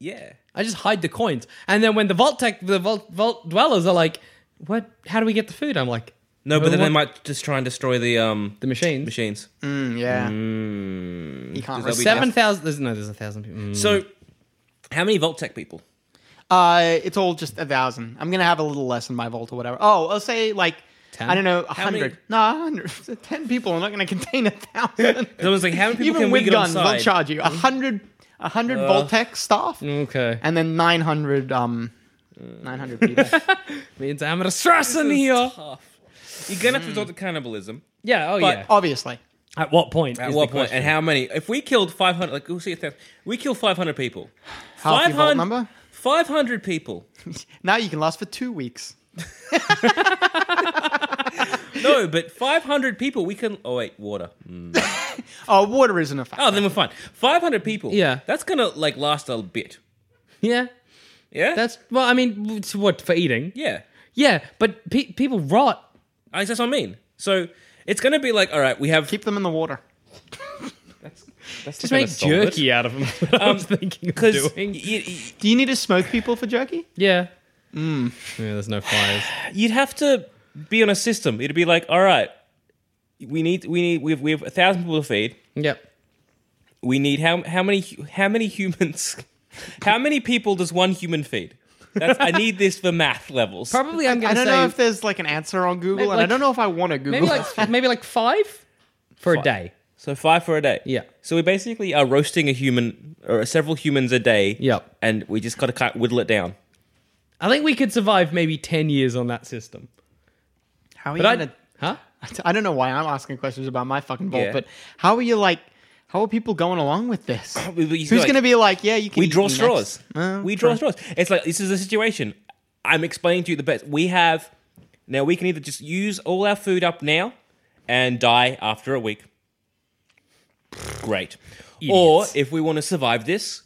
Speaker 6: Yeah.
Speaker 4: I just hide the coins, and then when the Vault Tech, the Vault, vault dwellers are like, "What? How do we get the food?" I'm like,
Speaker 6: No, but then
Speaker 4: what-
Speaker 6: they might just try and destroy the um
Speaker 4: "The machines."
Speaker 6: machines. Mm.
Speaker 5: Mm, yeah. You can't.
Speaker 6: Does that
Speaker 5: risk
Speaker 6: be-
Speaker 5: that.
Speaker 4: Seven thousand. There's no. There's a thousand people. Mm.
Speaker 6: So, how many Vault Tech people?
Speaker 5: Uh, it's all just a thousand. I'm gonna have a little less in my vault or whatever. Oh, I'll say like I don't know, a
Speaker 6: How many-
Speaker 5: hundred. No, a hundred. Ten people are not gonna contain a thousand.
Speaker 6: Someone's like, how many people
Speaker 5: Even
Speaker 6: can we
Speaker 5: with
Speaker 6: get
Speaker 5: guns,
Speaker 6: on
Speaker 5: they'll
Speaker 6: side?
Speaker 5: charge you a hundred. A hundred
Speaker 4: Uh,
Speaker 5: Voltec staff,
Speaker 4: Mm, Okay.
Speaker 5: and then nine hundred. Um, nine hundred people.
Speaker 4: means I'm gonna stress in here.
Speaker 6: You're gonna have to resort to cannibalism.
Speaker 4: Yeah. Oh
Speaker 6: But-
Speaker 4: yeah.
Speaker 5: Obviously,
Speaker 4: At what point?
Speaker 6: At
Speaker 4: is
Speaker 6: what
Speaker 4: the
Speaker 6: point?
Speaker 4: question?
Speaker 6: And how many? If we killed 500, like we'll see if that- we kill 500 people.
Speaker 5: Half your vault number?
Speaker 6: 500 people.
Speaker 5: now you can last for two weeks.
Speaker 6: No, but 500 people we can. Oh wait, water.
Speaker 5: Oh, water isn't a fact.
Speaker 6: Oh, then we're fine. 500 people.
Speaker 4: Yeah.
Speaker 6: that's gonna like last a bit.
Speaker 4: Yeah.
Speaker 6: Yeah,
Speaker 4: That's well. I mean, it's what for eating?
Speaker 6: yeah.
Speaker 4: Yeah, but pe- people rot.
Speaker 6: I, that's what I mean. So it's gonna be like, all right, we have.
Speaker 5: Keep them in the water.
Speaker 6: that's
Speaker 4: Just make jerky out of them.
Speaker 6: Um,
Speaker 4: I'm thinking of
Speaker 6: Because
Speaker 4: doing.
Speaker 5: Do you need to smoke people for jerky?
Speaker 4: yeah.
Speaker 5: Mm.
Speaker 4: Yeah. There's no fires.
Speaker 6: you'd have to be on a system. It'd be like, all right, we need, we need, we have, we have a thousand people to feed.
Speaker 4: yep.
Speaker 6: We need how how many hu- how many humans? How many people does one human feed? That's, I need this for math levels.
Speaker 4: Probably. I'm gonna
Speaker 5: I don't
Speaker 4: say
Speaker 5: know if there's like an answer on Google,
Speaker 4: Maybe,
Speaker 5: and I
Speaker 4: like-
Speaker 5: don't know if I want to Google.
Speaker 4: maybe like maybe like five for a day.
Speaker 6: So five for a day.
Speaker 4: Yeah.
Speaker 6: So we basically are roasting a human or several humans a day.
Speaker 4: Yep.
Speaker 6: And we just gotta kind of whittle it down.
Speaker 4: I think we could survive maybe ten years on that system.
Speaker 5: How are you
Speaker 4: But I.
Speaker 5: gonna-
Speaker 4: Huh?
Speaker 5: I don't know why I'm asking questions about my fucking vault,
Speaker 6: Yeah.
Speaker 5: but how are you like? How are people going along with this?
Speaker 6: we- we-
Speaker 5: Who's
Speaker 6: like-
Speaker 5: going to be like, yeah, you can.
Speaker 6: We
Speaker 5: eat
Speaker 6: draw
Speaker 5: me
Speaker 6: straws.
Speaker 5: next." Uh,
Speaker 6: we draw straws. It's like this is the situation. I'm explaining to you the best. We have now we can either just use all our food up now and die after a week. Great. Or
Speaker 4: Idiots.
Speaker 6: if we want to survive this,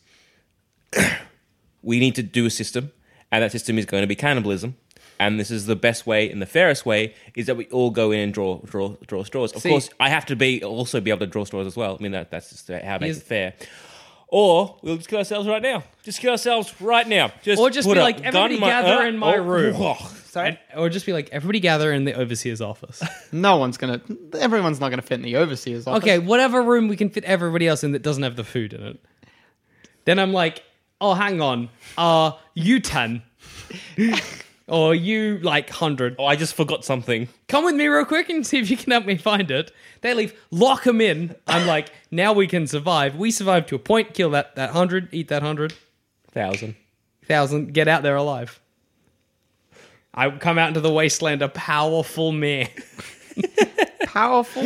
Speaker 6: we need to do a system, and that system is going to be cannibalism. And this is the best way and the fairest way is that we all go in and draw draw draw straws. Of
Speaker 4: See-
Speaker 6: course, I have to be also be able to draw straws as well. I mean that that's just how it makes
Speaker 4: Here's-
Speaker 6: it fair. Or we'll just kill ourselves right now. Just kill ourselves right now. Just
Speaker 4: Or just
Speaker 6: put
Speaker 4: be
Speaker 6: a
Speaker 4: like,
Speaker 6: gun
Speaker 4: "Everybody gather in
Speaker 6: Oh,
Speaker 4: my room."
Speaker 5: Sorry?
Speaker 4: And- or just be like, everybody gather in the overseer's office.
Speaker 5: No one's going to. Everyone's not going to fit in the overseer's office.
Speaker 4: okay, whatever room we can fit everybody else in that doesn't have the food in it. Then I'm like, oh, hang on, uh, you ten, or you like hundred,
Speaker 6: Oh, I just forgot something.
Speaker 4: come with me real quick and see if you can help me find it. They leave, lock them in. I'm like, now we can survive. We survive to a point. Kill that that hundred, eat that hundred
Speaker 6: Thousand.
Speaker 4: thousand, get out there alive. I come out into the wasteland, a powerful man.
Speaker 5: Powerful.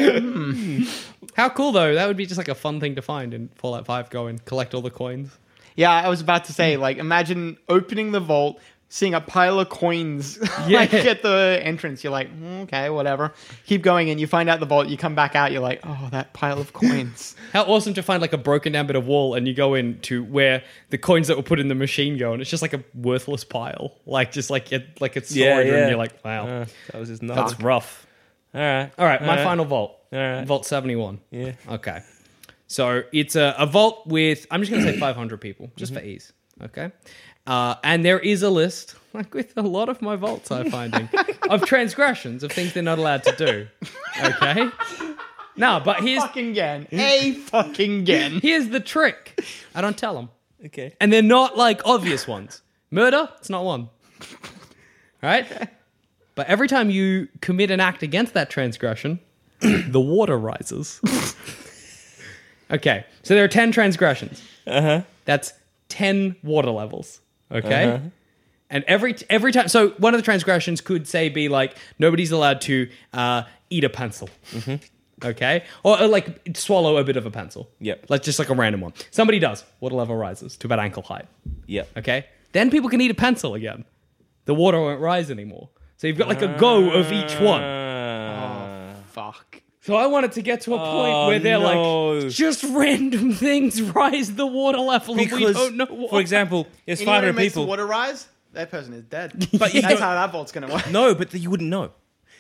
Speaker 4: How cool though! That would be just like a fun thing to find in Fallout Five. Go and collect all the coins.
Speaker 5: Yeah, I was about to say, like, imagine opening the vault, seeing a pile of coins like
Speaker 4: Yeah.
Speaker 5: at the entrance. You're like, "Mm, okay, whatever. Keep going, and you find out the vault. You come back out. You're like, oh, that pile of coins.
Speaker 4: How awesome to find like a broken down bit of wall and you go in to where the coins that were put in the machine go, and it's just like a worthless pile, like just like it, like it's
Speaker 6: Yeah,
Speaker 4: stored,
Speaker 6: yeah.
Speaker 4: and you're like, wow,
Speaker 6: Uh, that was his
Speaker 4: that's
Speaker 6: nuts.
Speaker 4: rough.
Speaker 6: All right.
Speaker 4: All right, my
Speaker 6: All right.
Speaker 4: final vault.
Speaker 6: All right.
Speaker 4: Vault 71.
Speaker 6: Yeah.
Speaker 4: Okay. So it's a, a vault with, I'm just going to say 500 people, just for ease. Okay. Uh, and there is a list, like with a lot of my vaults I'm finding, of transgressions, of things they're not allowed to do. Okay. No, but here's
Speaker 5: fucking again, a fucking again.
Speaker 4: here's the trick. I don't tell them.
Speaker 6: Okay.
Speaker 4: And they're not like obvious ones. Murder, it's not one. Right? But every time you commit an act against that transgression, the water rises. okay. So there are 10 transgressions. Uh-huh. That's 10 water levels. Okay? And every every time, so one of the transgressions could say be like nobody's allowed to uh, eat a pencil, okay, or, or like swallow a bit of a pencil.
Speaker 6: Yep.
Speaker 4: like just like a random one. Somebody does. Water level rises to about ankle height.
Speaker 6: Yeah.
Speaker 4: Okay, then people can eat a pencil again. The water won't rise anymore. So you've got like a go of each one. Oh.
Speaker 5: Fuck.
Speaker 4: So I wanted to get to a point where they're
Speaker 6: Oh, no.
Speaker 4: like just random things rise the water level, and we
Speaker 6: Because,
Speaker 4: don't know. What.
Speaker 6: for example, there's
Speaker 5: Anyone who
Speaker 6: 500
Speaker 5: makes
Speaker 6: people.
Speaker 5: the water rise, that person is dead.
Speaker 6: But you
Speaker 5: that's
Speaker 6: don't-
Speaker 5: how that vault's gonna work.
Speaker 6: No, but you wouldn't know.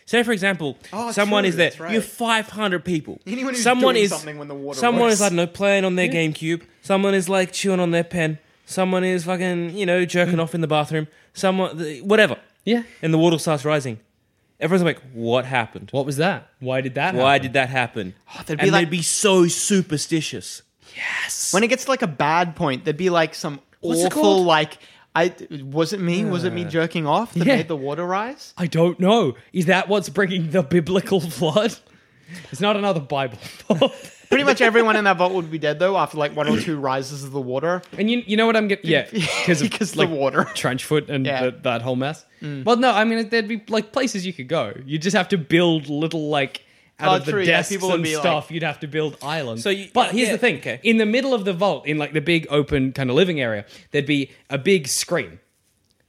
Speaker 6: Say, for example,
Speaker 5: Oh,
Speaker 6: someone
Speaker 5: true,
Speaker 6: is there.
Speaker 5: that's right.
Speaker 6: You have 500 people.
Speaker 5: Anyone who's doing something when the water
Speaker 6: Someone
Speaker 5: works.
Speaker 6: is, I don't know, playing on their GameCube. Someone is, like, chewing on their pen. Someone is fucking, you know, jerking
Speaker 5: Mm.
Speaker 6: off in the bathroom. Someone, the- whatever.
Speaker 4: yeah.
Speaker 6: And the water starts rising. Everyone's like, what happened?
Speaker 4: What was that? Why did that?
Speaker 6: Why
Speaker 4: happen?
Speaker 6: did that happen?
Speaker 5: they'd be
Speaker 6: and
Speaker 5: like-
Speaker 6: they'd be so superstitious.
Speaker 5: When it gets to, like a bad point, there'd be like some
Speaker 4: What's it
Speaker 5: awful
Speaker 4: called?
Speaker 5: like. I was it me? Was it me jerking off that
Speaker 4: Yeah.
Speaker 5: made the water rise?
Speaker 4: I don't know. Is that what's bringing the biblical flood? It's not another Bible. Bob.
Speaker 5: Pretty much everyone in that vault would be dead though after like one or two rises of the water.
Speaker 4: and you, you know what I'm getting? Yeah, because of
Speaker 5: Because the
Speaker 4: like,
Speaker 5: water.
Speaker 4: trench foot, and
Speaker 5: Yeah. Mm.
Speaker 4: th- that whole mess. Well, no, I mean there'd be like places you could go. You just have to build little like out
Speaker 5: Oh,
Speaker 4: of the
Speaker 5: true, yeah,
Speaker 4: desks
Speaker 5: people would
Speaker 4: and
Speaker 5: be like-
Speaker 4: stuff. You'd have to build islands.
Speaker 6: So you-
Speaker 4: but
Speaker 6: yeah,
Speaker 4: here's the thing:
Speaker 6: okay.
Speaker 4: in the middle of the vault, in like the big open kind of living area, there'd be a big screen.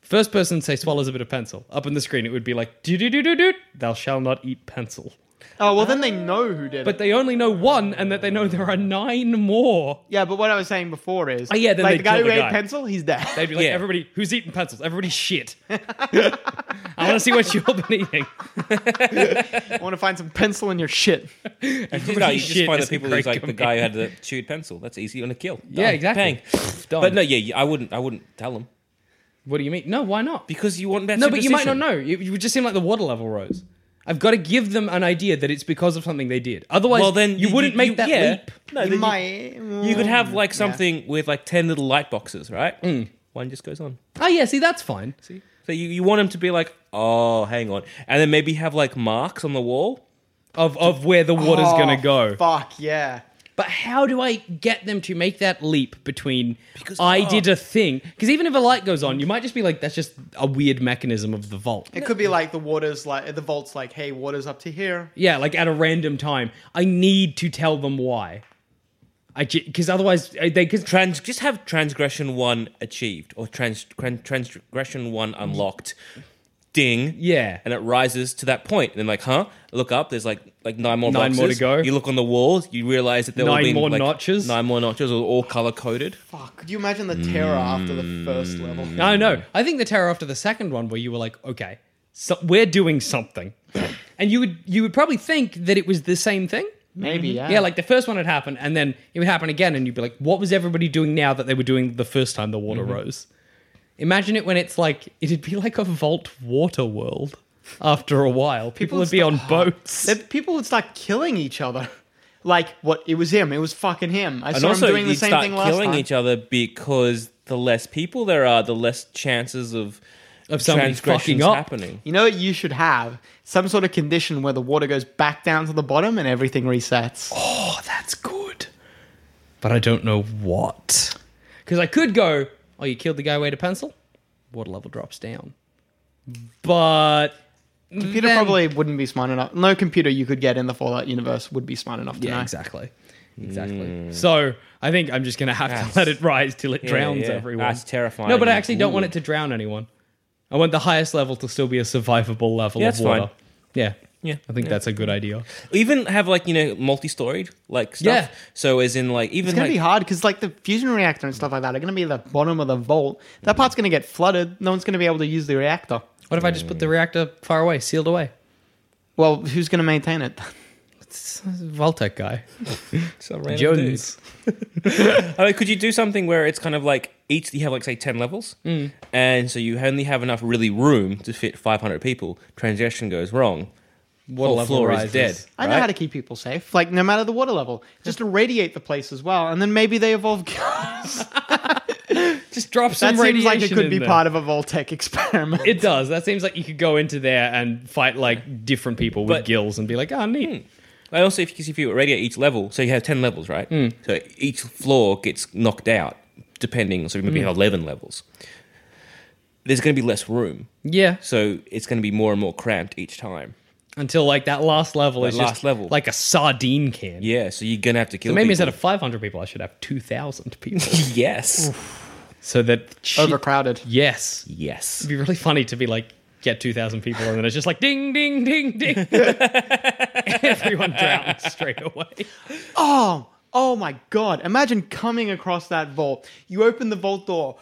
Speaker 4: First person say swallows a bit of pencil. Up in the screen, it would be like do do do do do. Thou shall not eat pencil.
Speaker 5: Oh well, then they know who did it.
Speaker 4: But they only know one, and that they know there are nine more.
Speaker 5: Yeah, but what I was saying before is,
Speaker 4: yeah, then
Speaker 5: like
Speaker 4: they'd
Speaker 5: the guy
Speaker 4: kill
Speaker 5: who
Speaker 4: the
Speaker 5: ate
Speaker 4: guy.
Speaker 5: pencil, he's dead.
Speaker 4: They'd be like,
Speaker 6: Yeah.
Speaker 4: everybody, who's eating pencils? Everybody shit. I want to see what you've been eating.
Speaker 5: I want to find some pencil in your shit.
Speaker 6: You, know, you just
Speaker 4: shit
Speaker 6: find the
Speaker 4: is a
Speaker 6: people who's
Speaker 4: great
Speaker 6: like the guy who had the chewed pencil. That's easy on a kill.
Speaker 4: Yeah,
Speaker 6: Done.
Speaker 4: exactly.
Speaker 6: Bang.
Speaker 4: Done.
Speaker 6: But no, yeah, I wouldn't. I wouldn't tell them
Speaker 4: What do you mean? No, why not?
Speaker 6: because you want that.
Speaker 4: no, but you might not
Speaker 6: superstition.
Speaker 4: know. You, you would just seem like the water level rose. I've got to give them an idea that it's because of something they did. Otherwise,
Speaker 6: Well, then
Speaker 4: you, wouldn't make that
Speaker 6: yeah.
Speaker 4: leap.
Speaker 6: No,
Speaker 5: You
Speaker 6: then you,
Speaker 5: might-
Speaker 6: you could have like something with like ten little light boxes, right? One just goes on.
Speaker 4: Oh yeah, see that's fine. See,
Speaker 6: So you, you want them to be like, oh, hang on, and then maybe have like marks on the wall.
Speaker 4: of of where the water's
Speaker 5: Oh,
Speaker 4: gonna go.
Speaker 5: Fuck yeah.
Speaker 4: But how do I get them to make that leap between I did a thing? Because even if a light goes on, you might just be like, that's just a weird mechanism of the vault.
Speaker 5: It could be like the water's like the vault's like, hey, water's up to here.
Speaker 4: Yeah, like at a random time. I need to tell them why. I because otherwise uh, they because
Speaker 6: Trans, just have transgression one achieved or trans, tran- transgression one unlocked. Ding.
Speaker 4: Yeah.
Speaker 6: And it rises to that point, and then like, huh? Look up. There's like like nine more
Speaker 4: Nine more
Speaker 6: boxes.
Speaker 4: to go.
Speaker 6: You look on the walls. You realize that there
Speaker 4: Nine
Speaker 6: been,
Speaker 4: more
Speaker 6: like,
Speaker 4: notches.
Speaker 6: Nine more notches, all, all color coded.
Speaker 5: Fuck. Could you imagine the terror after the first level?
Speaker 6: Mm.
Speaker 4: I know. I think the terror after the second one, where you were like, okay, so we're doing something, and you would you would probably think that it was the same thing.
Speaker 5: Maybe yeah.
Speaker 4: Yeah, like the first one had happened, and then it would happen again, and you'd be like, "What was everybody doing now that they were doing the first time the water rose?" Imagine it when it's like it'd be like a vault water world. After a while, people, would be on boats.
Speaker 5: Then people would start killing each other. Like what? It was him. It was fucking him. I
Speaker 6: And
Speaker 5: saw
Speaker 6: also,
Speaker 5: him doing the
Speaker 6: you'd
Speaker 5: same
Speaker 6: start
Speaker 5: thing last
Speaker 6: killing
Speaker 5: time.
Speaker 6: each other because the less people there are, the less chances of
Speaker 4: Of somebody fucking
Speaker 6: transgressions
Speaker 4: up.
Speaker 6: happening.
Speaker 5: you know what you should have? Some sort of condition where the water goes back down to the bottom and everything resets.
Speaker 4: Oh, that's good. But I don't know what. Because I could go, oh, you killed the guy who ate a pencil? Water level drops down. But
Speaker 5: Computer
Speaker 4: Then-
Speaker 5: probably wouldn't be smart enough. No computer you could get in the Fallout universe would be smart enough to
Speaker 4: Yeah,
Speaker 5: know.
Speaker 4: exactly. Exactly. Mm. So I think I'm just going to have
Speaker 1: That's-
Speaker 4: to let it rise till it
Speaker 1: Yeah,
Speaker 4: drowns
Speaker 1: yeah.
Speaker 4: everyone.
Speaker 1: That's terrifying.
Speaker 4: No, but I actually don't want
Speaker 1: Ooh.
Speaker 4: it to drown anyone. I want the highest level to still be a survivable level
Speaker 1: Yeah,
Speaker 4: of
Speaker 1: that's
Speaker 4: water.
Speaker 1: fine.
Speaker 4: Yeah.
Speaker 1: Yeah.
Speaker 4: I think that's a good idea.
Speaker 6: Even have like you know multi-storied like stuff.
Speaker 4: Yeah.
Speaker 6: So as in like even
Speaker 5: It's gonna
Speaker 6: like
Speaker 5: be hard because like the fusion reactor and stuff like that are gonna be the bottom of the vault. That part's gonna get flooded. No one's gonna be able to use the reactor.
Speaker 4: What if I just
Speaker 1: Mm.
Speaker 4: put the reactor far away, sealed away?
Speaker 5: Well, who's gonna maintain it?
Speaker 4: Voltec guy.
Speaker 6: some random dude.
Speaker 4: Jones.
Speaker 6: I mean, could you do something where it's kind of like each you have like say ten levels,
Speaker 4: Mm.
Speaker 6: and so you only have enough really room to fit five hundred people. Transaction goes wrong,
Speaker 4: What
Speaker 6: whole
Speaker 4: level
Speaker 6: floor
Speaker 4: rises?
Speaker 6: is dead.
Speaker 5: I know
Speaker 6: right?
Speaker 5: how to keep people safe. Like no matter the water level, just irradiate the place as well, and then maybe they evolve. guns.
Speaker 4: Just drop some
Speaker 5: that seems like it
Speaker 4: radiation
Speaker 5: could
Speaker 4: in
Speaker 5: be
Speaker 4: there.
Speaker 5: part of a Voltec experiment.
Speaker 4: It does. That seems like you could go into there and fight like different people with
Speaker 6: But-
Speaker 4: gills and be like, oh, neat.
Speaker 6: I also, if you, 'cause if you radiate each level, so you have 10 levels, right?
Speaker 4: Mm.
Speaker 6: So each floor gets knocked out, depending. So you
Speaker 4: Mm.
Speaker 6: maybe have 11 levels. There's going to be less room.
Speaker 5: Hmm.
Speaker 4: Yeah.
Speaker 6: So it's going to be more and more cramped each time.
Speaker 4: Until like that last level
Speaker 6: That
Speaker 4: is
Speaker 6: last
Speaker 4: just
Speaker 6: level.
Speaker 4: like a sardine can.
Speaker 6: Yeah, so you're going to have to kill
Speaker 4: So maybe
Speaker 6: people.
Speaker 4: instead of 500 people, I should have 2,000 people.
Speaker 6: Yes.
Speaker 4: so that.
Speaker 5: Overcrowded.
Speaker 4: Yes. It'd
Speaker 6: yes.
Speaker 4: be really funny to be like, get 2,000 people, and then it's just like ding, ding, ding, ding. Everyone drowns straight away.
Speaker 5: Oh, oh my god. Imagine coming across that vault. You open the vault door.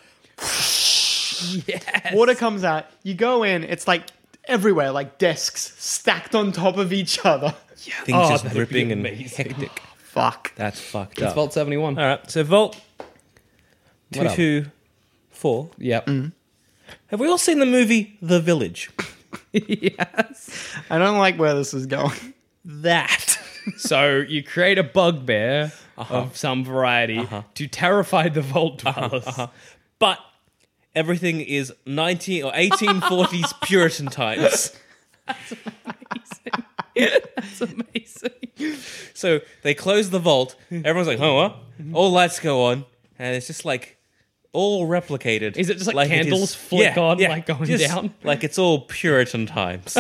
Speaker 5: Water comes out. You go in. It's like everywhere, like desks stacked on top of each other.
Speaker 6: Things
Speaker 4: Oh,
Speaker 6: just
Speaker 4: that'd be
Speaker 6: ripping and
Speaker 4: amazing.
Speaker 6: hectic.
Speaker 5: Fuck.
Speaker 6: That's fucked
Speaker 4: It's
Speaker 6: up.
Speaker 4: Vault 71.
Speaker 6: All right, so Vault
Speaker 4: What up?
Speaker 6: 224.
Speaker 4: Yep.
Speaker 6: Have we all seen the movie The Village?
Speaker 5: I don't like where this is going.
Speaker 6: That.
Speaker 4: So you create a bugbear of some variety to terrify the vault dwellers.
Speaker 6: but everything is 19 or 1840s Puritan times.
Speaker 4: That's amazing.
Speaker 6: So they close the vault. Everyone's like, "Oh, what?"
Speaker 4: Mm-hmm.
Speaker 6: All lights go on, and it's just like all replicated.
Speaker 4: Is it just like
Speaker 6: it
Speaker 4: candles flick on, like, going down? Uh,
Speaker 6: Like it's all Puritan times.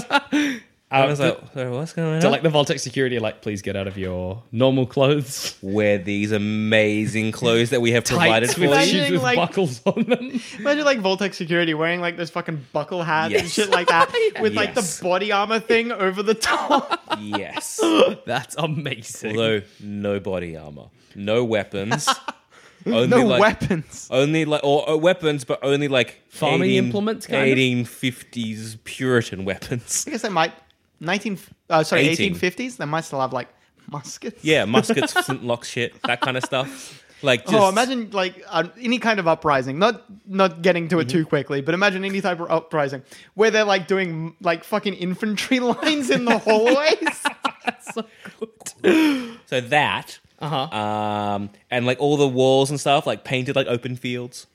Speaker 6: I was like, so "What's going
Speaker 4: So
Speaker 6: on?"
Speaker 4: like the Voltec security, are like please get out of your normal clothes,
Speaker 6: Wear these amazing clothes that we have provided
Speaker 4: tights
Speaker 6: for
Speaker 4: with
Speaker 6: you.
Speaker 4: shoes with
Speaker 5: like-
Speaker 4: buckles on them.
Speaker 5: Imagine like Voltec security wearing like this fucking buckle hat and
Speaker 6: Yes.
Speaker 5: shit like that with like
Speaker 6: Yes.
Speaker 5: the body armor thing over the top.
Speaker 6: yes.
Speaker 4: That's amazing.
Speaker 6: Although no body armor, no weapons, only
Speaker 5: No
Speaker 6: like,
Speaker 5: weapons.
Speaker 6: Only like or, or weapons, but only like
Speaker 4: Farming implements, kind of?
Speaker 6: eighteen fifties Puritan weapons.
Speaker 5: I guess they might 19 uh, sorry,
Speaker 6: 18.
Speaker 5: 1850s. They might still have like muskets.
Speaker 6: Yeah, muskets, flintlock shit, that kind of stuff. Like, just,
Speaker 5: Oh, imagine like uh, any kind of uprising. Not not getting to it
Speaker 6: Mm-hmm.
Speaker 5: too quickly, but imagine any type of uprising where they're like doing like fucking infantry lines in the hallways.
Speaker 6: so that, uh-huh. um, and like all the walls and stuff, like painted like open fields.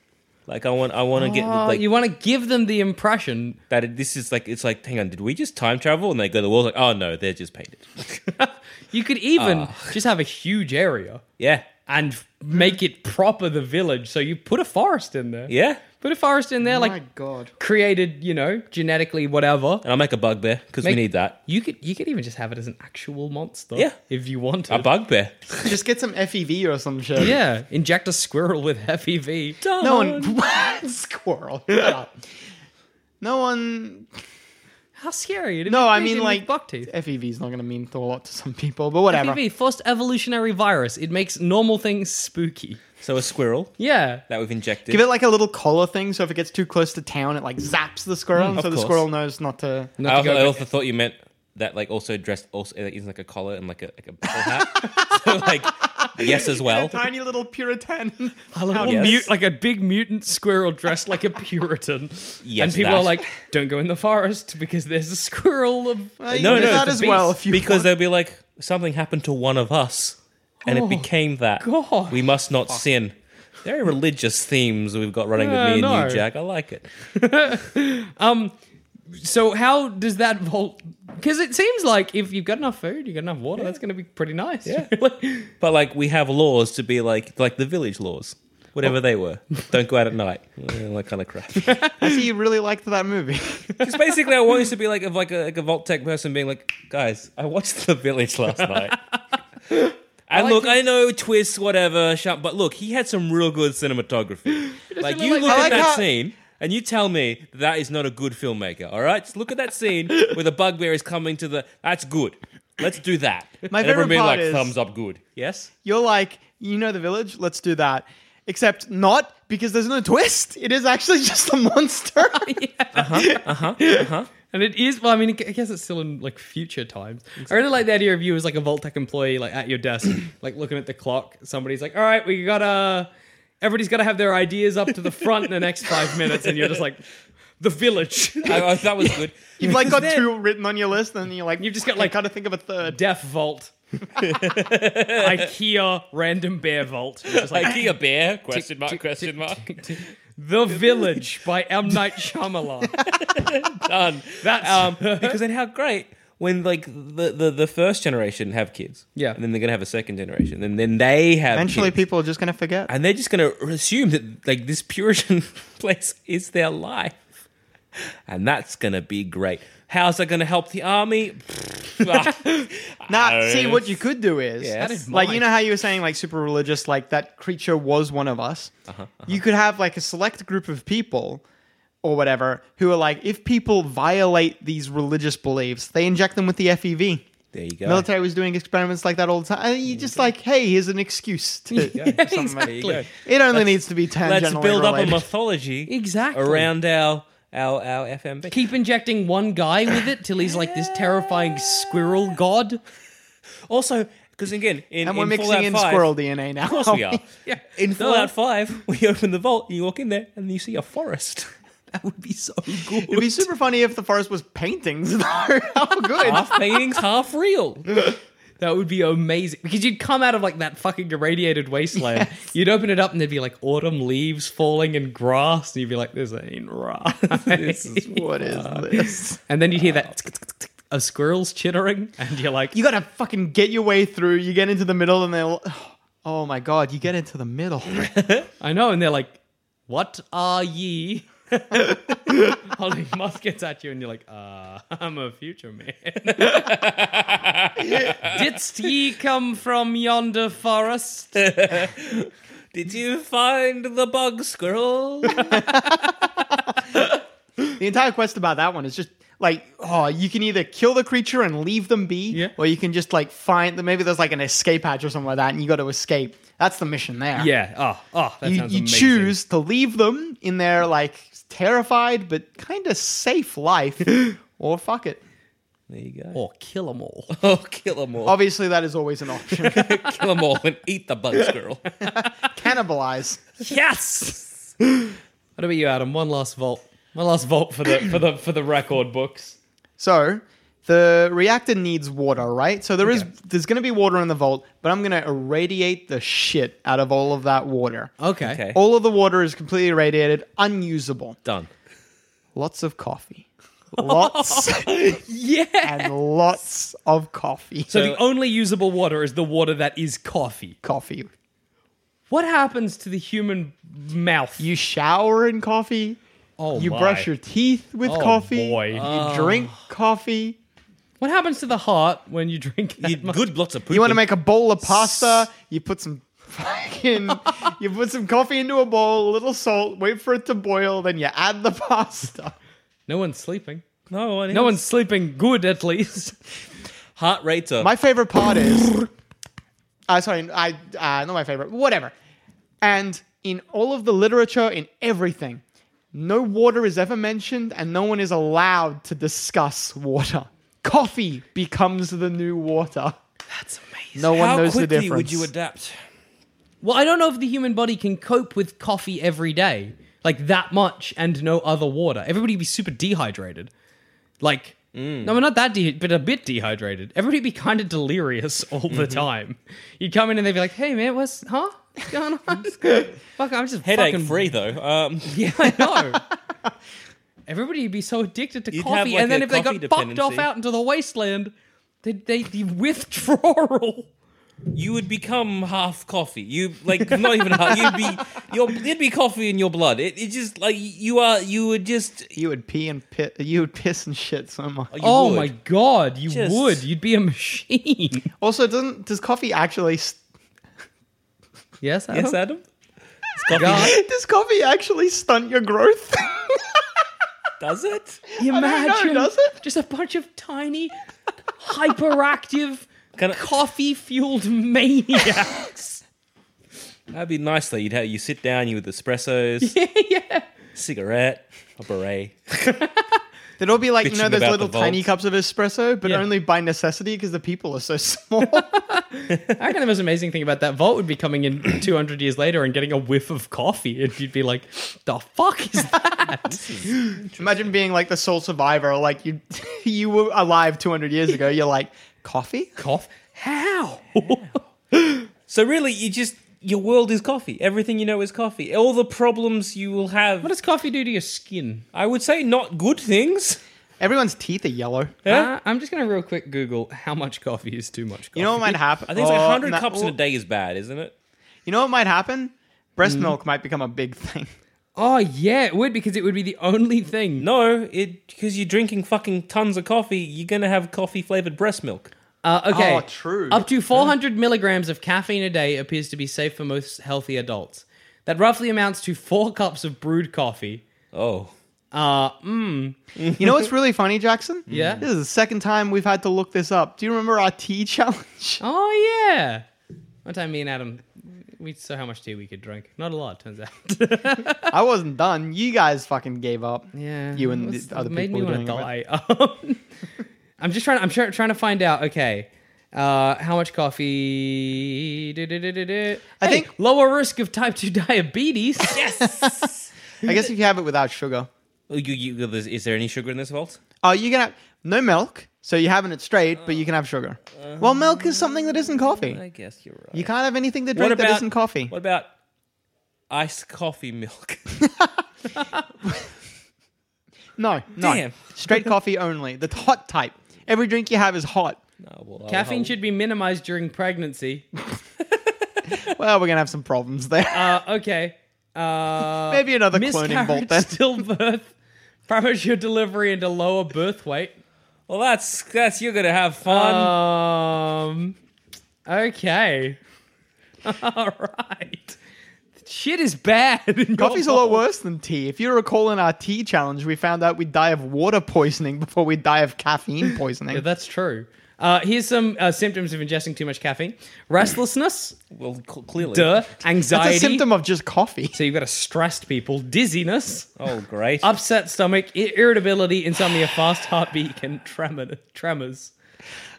Speaker 6: Like I want, I want to get like
Speaker 4: Oh, you want to give them the impression
Speaker 6: that. it- This is like, it's like, hang on, did we just time travel? And they go to the walls like, oh no, they're just painted.
Speaker 4: you could even
Speaker 6: Ah.
Speaker 4: just have a huge area
Speaker 6: Yeah,
Speaker 4: and make it proper the village. So you put a forest in there.
Speaker 6: yeah. Oh
Speaker 4: Put a forest in there,
Speaker 5: my
Speaker 4: like
Speaker 5: god.
Speaker 4: created, you know, genetically whatever.
Speaker 6: And I'll make a bugbear because we
Speaker 4: Make-
Speaker 6: need that.
Speaker 4: You could you could even just have it as an actual monster.
Speaker 6: Yeah.
Speaker 4: If you want
Speaker 6: A
Speaker 4: to.
Speaker 6: bugbear.
Speaker 5: Just get some FEV or some shit.
Speaker 4: yeah. Inject a squirrel with FEV.
Speaker 5: No one squirrel. Shut up. No one.
Speaker 4: How scary. It'd
Speaker 5: No,
Speaker 4: be
Speaker 5: I
Speaker 4: crazy
Speaker 5: mean
Speaker 4: with
Speaker 5: like
Speaker 4: buck teeth. E
Speaker 5: FEV is not going to mean a lot to some people, but whatever.
Speaker 4: FEV, first evolutionary virus. It makes normal things spooky.
Speaker 6: So a squirrel
Speaker 4: Yeah.
Speaker 6: that we've injected.
Speaker 5: Give it like a little collar thing, so if it gets too close to town, it like zaps the squirrel,
Speaker 4: Mm,
Speaker 5: so the
Speaker 6: course.
Speaker 5: squirrel knows not to.
Speaker 6: I
Speaker 4: Not to
Speaker 6: also, I
Speaker 4: go
Speaker 6: also thought you meant that like also dressed also like, using like a collar and like a like a ball hat. so like yes as well.
Speaker 5: Tiny little Puritan.
Speaker 4: a little
Speaker 6: Yes.
Speaker 4: mute, like a big mutant squirrel dressed like a Puritan.
Speaker 6: Yes,
Speaker 4: and people
Speaker 6: that.
Speaker 4: are like, don't go in the forest because there's a squirrel of
Speaker 5: You
Speaker 6: No,
Speaker 5: can do
Speaker 6: no,
Speaker 5: that
Speaker 6: it's
Speaker 5: as
Speaker 6: a
Speaker 5: well
Speaker 6: beast.
Speaker 5: if you
Speaker 6: because
Speaker 5: want.
Speaker 6: they'll be like something happened to one of us and it became that.
Speaker 4: Oh, God.
Speaker 6: We must not sin. Very religious themes we've got running
Speaker 4: Yeah,
Speaker 6: with me
Speaker 4: no.
Speaker 6: and you, Jack. I like it.
Speaker 4: So how does that vault? Because it seems like if you've got enough food, you've got enough water, that's going to be pretty nice. Yeah.
Speaker 6: But like we have laws to be like like the village laws.
Speaker 4: Oh.
Speaker 6: whatever they were. Don't go out at night. All that kind of crap.
Speaker 5: I see you really liked that movie.
Speaker 6: Because basically, I want you to be like of like a, like a Vault Tech person being like, guys, I watched The Village last night. And look, I know twists, whatever, sh- but look, he had some real good cinematography. Like you look
Speaker 5: I
Speaker 6: at
Speaker 5: like
Speaker 6: that
Speaker 5: how-
Speaker 6: scene. And you tell me that, that is not a good filmmaker, all right? Just look at that scene where the bugbear is coming to the. That's good. Let's do that.
Speaker 5: My
Speaker 6: and
Speaker 5: favorite
Speaker 6: everyone being
Speaker 5: part
Speaker 6: like,
Speaker 5: is-
Speaker 6: thumbs up, good. Yes.
Speaker 5: You're like, you know the village, let's do that. Except not because there's no twist. It is actually just a monster.
Speaker 4: And it is, well, I mean, I guess it's still in like future times. I really like the idea of you as like a Vault Tech employee, like at your desk, like looking at the clock. Somebody's like, all right, we gotta, everybody's gotta have their ideas up to the front in the next five minutes. And you're just like, the village.
Speaker 6: I, I- that was good.
Speaker 5: You've like got
Speaker 6: Because then-
Speaker 5: two written on your list, and you're like,
Speaker 4: You've just got,
Speaker 5: I
Speaker 4: like-
Speaker 5: gotta think of a third.
Speaker 4: Deaf Vault. IKEA Random Bear Vault. It's just like,
Speaker 6: IKEA bear? Question mark, question mark.
Speaker 4: the Village by M. Night Shyamalan.
Speaker 6: Done.
Speaker 4: That's
Speaker 6: um, because then how great when like the, the, the first generation have kids,
Speaker 4: Yeah.
Speaker 6: and then they're gonna have a second generation, and then they have
Speaker 5: Eventually,
Speaker 6: kids.
Speaker 5: people are just gonna forget.
Speaker 6: and they're just gonna assume that like this Puritan place is their life, and that's gonna be great. How's that gonna help the army?
Speaker 5: Now, see, what you could do is,
Speaker 6: Yes.
Speaker 5: like, you know how you were saying, like, super religious, like, that creature was one of us?
Speaker 6: Uh-huh,
Speaker 5: You could have, like, a select group of people or whatever who are like, if people violate these religious beliefs, they inject them with the FEV.
Speaker 6: There you go.
Speaker 5: Military was doing experiments like that all the time. And you just, like, hey, here's an excuse to.
Speaker 6: There you go.
Speaker 5: It only needs to be tangentially
Speaker 6: Let's build up a
Speaker 5: related.
Speaker 6: mythology
Speaker 4: Exactly.
Speaker 6: around our our our FMB.
Speaker 4: Keep injecting one guy with it till he's like this terrifying squirrel god.
Speaker 6: Also, because again, in
Speaker 5: and we're
Speaker 6: in
Speaker 5: mixing
Speaker 6: Fallout
Speaker 5: in
Speaker 6: 5,
Speaker 5: squirrel DNA now.
Speaker 6: Of course we are.
Speaker 4: Yeah.
Speaker 6: In Fallout 5, we open the vault, you walk in there, and you see a forest. That would be so
Speaker 5: It'd
Speaker 6: good.
Speaker 5: be super funny if the forest was paintings, though. How good.
Speaker 6: half paintings, half real.
Speaker 4: That would be amazing because you'd come out of like that fucking irradiated wasteland. You'd open it up and there'd be like autumn leaves falling and grass, and you'd be like, "This ain't right."
Speaker 5: what is this?
Speaker 4: and then you'd hear that tsk, tsk, tsk, tsk of squirrels chittering, and you're like,
Speaker 5: you gotta fucking get your way through. You get into the middle, and they'll. Oh my god, you get into the middle.
Speaker 4: "I know," and they're like, "What are ye?" Holding muskets at you, and you're like, "Uh, I'm a future man." Didst ye come from yonder forest?
Speaker 6: Did you find the bug squirrel?
Speaker 5: the entire quest about that one is just like, oh, you can either kill the creature and leave them be,
Speaker 4: Yeah.
Speaker 5: or you can just like find them. Maybe there's like an escape hatch or something like that, and you got to escape. That's the mission there.
Speaker 4: Yeah. Oh, oh, that
Speaker 5: You,
Speaker 4: sounds
Speaker 5: you
Speaker 4: amazing.
Speaker 5: choose to leave them in their like terrified but kind of safe life, or fuck it.
Speaker 6: There you go.
Speaker 4: or kill them all.
Speaker 6: Oh, kill them all.
Speaker 5: Obviously, that is always an option.
Speaker 6: Kill them all and eat the bug squirrel.
Speaker 5: Cannibalize.
Speaker 4: Yes. what about you, Adam? One last vault. One last vault for the for the for the record books.
Speaker 5: So the reactor needs water, right? So there is there's going to be water in the vault, but I'm going to irradiate the shit out of all of that water.
Speaker 4: Okay.
Speaker 6: Okay.
Speaker 5: All of the water is completely irradiated, unusable.
Speaker 6: Done.
Speaker 5: Lots of coffee. Lots
Speaker 4: Yeah.
Speaker 5: and lots of coffee.
Speaker 4: So the only usable water is the water that is coffee.
Speaker 5: coffee.
Speaker 4: What happens to the human mouth?
Speaker 5: You shower in coffee.
Speaker 4: oh,
Speaker 5: you
Speaker 4: my.
Speaker 5: brush your teeth with
Speaker 4: Oh,
Speaker 5: coffee.
Speaker 4: boy. Ah.
Speaker 5: You drink coffee.
Speaker 4: What happens to the heart when you drink? That
Speaker 6: You,
Speaker 4: much?
Speaker 6: good lots of poop.
Speaker 5: You want to make a bowl of pasta. You put some fucking. you put some coffee into a bowl, a little salt, wait for it to boil, then you add the pasta.
Speaker 4: No one's sleeping.
Speaker 6: no one.
Speaker 4: No one's sleeping good, at least.
Speaker 6: heart rates are.
Speaker 5: My favorite part is. Uh, sorry, I uh, not my favorite. Whatever. And in all of the literature, in everything, no water is ever mentioned, and no one is allowed to discuss water. Coffee becomes the new water.
Speaker 4: That's amazing.
Speaker 5: No one
Speaker 6: How
Speaker 5: knows the
Speaker 6: quickly
Speaker 5: difference.
Speaker 6: would you adapt?
Speaker 4: Well, I don't know if the human body can cope with coffee every day, like that much and no other water. Everybody would be super dehydrated. Like,
Speaker 6: Mm.
Speaker 4: no, we're not that dehydrated, but a bit dehydrated. Everybody would be kind of delirious all the
Speaker 6: Mm-hmm.
Speaker 4: time. You'd come in and they'd be like, hey, man, what's, huh? What's going on? Fuck, I'm just
Speaker 6: Headache
Speaker 4: fucking...
Speaker 6: free though. Um,
Speaker 4: Yeah, I know. Everybody would be so addicted to
Speaker 6: You'd have,
Speaker 4: coffee.
Speaker 6: like,
Speaker 4: and then
Speaker 6: a
Speaker 4: if they got
Speaker 6: coffee
Speaker 4: fucked off
Speaker 6: dependency.
Speaker 4: out into the wasteland, they'd, they'd be withdrawal.
Speaker 6: you would become half coffee. You like not even half. You'd be your there'd be coffee in your blood. It, it just like you are. You would just.
Speaker 5: You would pee and pit. You would piss and shit so much.
Speaker 6: you
Speaker 4: oh
Speaker 6: would.
Speaker 4: my god, you
Speaker 6: Just-
Speaker 4: would. You'd be a machine.
Speaker 5: Also, doesn't does coffee actually s-
Speaker 4: yes, Adam?
Speaker 6: Yes, Adam. It's coffee.
Speaker 4: God.
Speaker 5: does coffee actually stunt your growth?
Speaker 6: Does it?
Speaker 5: know,
Speaker 4: Imagine
Speaker 5: does it?
Speaker 4: just a bunch of tiny, hyperactive,
Speaker 6: Can I-
Speaker 4: coffee fueled maniacs.
Speaker 6: That'd be nice though. You'd have you sit down. You with espressos,
Speaker 4: yeah.
Speaker 6: cigarette, a beret.
Speaker 5: They'd all be like you
Speaker 6: Bitching
Speaker 5: know those
Speaker 6: about
Speaker 5: little
Speaker 6: the
Speaker 5: tiny
Speaker 6: vault.
Speaker 5: cups of espresso, but
Speaker 4: Yeah.
Speaker 5: only by necessity because the people are so small.
Speaker 4: I reckon the most amazing thing about that vault would be coming in 200 years later and getting a whiff of coffee, and you'd be like, "The fuck is that?"
Speaker 5: Imagine being like the sole survivor, like you you were alive 200 years ago. You're like coffee.
Speaker 4: Cough. How?
Speaker 6: So really, you just your world is coffee. Everything you know is coffee. All the problems you will have.
Speaker 4: What does coffee do to your skin?
Speaker 6: I would say not good things.
Speaker 5: Everyone's teeth are yellow.
Speaker 4: Uh, I'm just gonna real quick Google how much coffee is too much. Coffee.
Speaker 5: You know what might happen?
Speaker 6: I think it's like
Speaker 5: Oh,
Speaker 6: 100
Speaker 5: no-
Speaker 6: cups in a day is bad, isn't it?
Speaker 5: You know what might happen? Breast
Speaker 6: Mm-hmm.
Speaker 5: milk might become a big thing.
Speaker 4: Oh yeah, it would because it would be the only thing.
Speaker 6: No, it because you're drinking fucking tons of coffee, you're gonna have coffee flavored breast milk.
Speaker 4: Uh, okay.
Speaker 5: Oh, true.
Speaker 4: Up to 400 milligrams of caffeine a day appears to be safe for most healthy adults. That roughly amounts to four cups of brewed coffee.
Speaker 6: Oh,
Speaker 4: Uh, mmm.
Speaker 5: You know what's really funny, Jackson?
Speaker 4: Yeah.
Speaker 5: This is the second time we've had to look this up. Do you remember our tea challenge?
Speaker 4: Oh yeah. One time, me and Adam, we saw how much tea we could drink. Not a lot, turns out.
Speaker 5: I wasn't done. You guys fucking gave up.
Speaker 4: Yeah.
Speaker 5: You and
Speaker 4: What's-
Speaker 5: the other
Speaker 4: made
Speaker 5: people
Speaker 4: me
Speaker 5: were
Speaker 4: want
Speaker 5: doing
Speaker 4: to
Speaker 5: it with.
Speaker 4: die. Um, I'm just trying. I'm try- trying to find out. Okay, uh, how much coffee? Du-du-du-du-du.
Speaker 5: I
Speaker 4: Hey,
Speaker 5: think-
Speaker 4: lower risk of type two diabetes.
Speaker 6: yes.
Speaker 5: I guess if you have it without sugar.
Speaker 6: Oh, you, you, there's- is there any sugar in this vault?
Speaker 5: Oh, you can have no milk, so you're having it straight, but you can have sugar. well, milk is something that isn't
Speaker 6: I
Speaker 5: coffee.
Speaker 6: guess you're right.
Speaker 5: You can't have anything to drink that isn't coffee.
Speaker 6: What about iced coffee milk?
Speaker 5: No, no.
Speaker 6: Damn.
Speaker 5: Straight coffee only. The hot type. Every drink you have is hot.
Speaker 6: No, well, I'll-
Speaker 4: Caffeine
Speaker 6: I'll-
Speaker 4: should be minimized during pregnancy.
Speaker 5: Well, we're gonna have some problems there.
Speaker 4: Uh, okay. Uh,
Speaker 5: Maybe another cloning
Speaker 4: miscarriage,
Speaker 5: bolt then.
Speaker 4: stillbirth, premature delivery, and a lower birth weight.
Speaker 6: Well, that's that's you're gonna have fun.
Speaker 4: Um. Okay. All right. Shit is bad. in
Speaker 5: Coffee's a
Speaker 4: Cornwall.
Speaker 5: lot worse than tea. If you recall in our tea challenge, we found out we'd die of water poisoning before we'd die of caffeine poisoning.
Speaker 4: Yeah, that's true. Uh, here's some uh, symptoms of ingesting too much caffeine: restlessness,
Speaker 6: well, c- clearly.
Speaker 4: duh,
Speaker 5: That's
Speaker 4: anxiety.
Speaker 5: a symptom of just coffee.
Speaker 4: So you've got a stressed people, dizziness,
Speaker 6: Oh, great.
Speaker 4: upset stomach, I- irritability, insomnia, fast heartbeat, and tremor, tremors.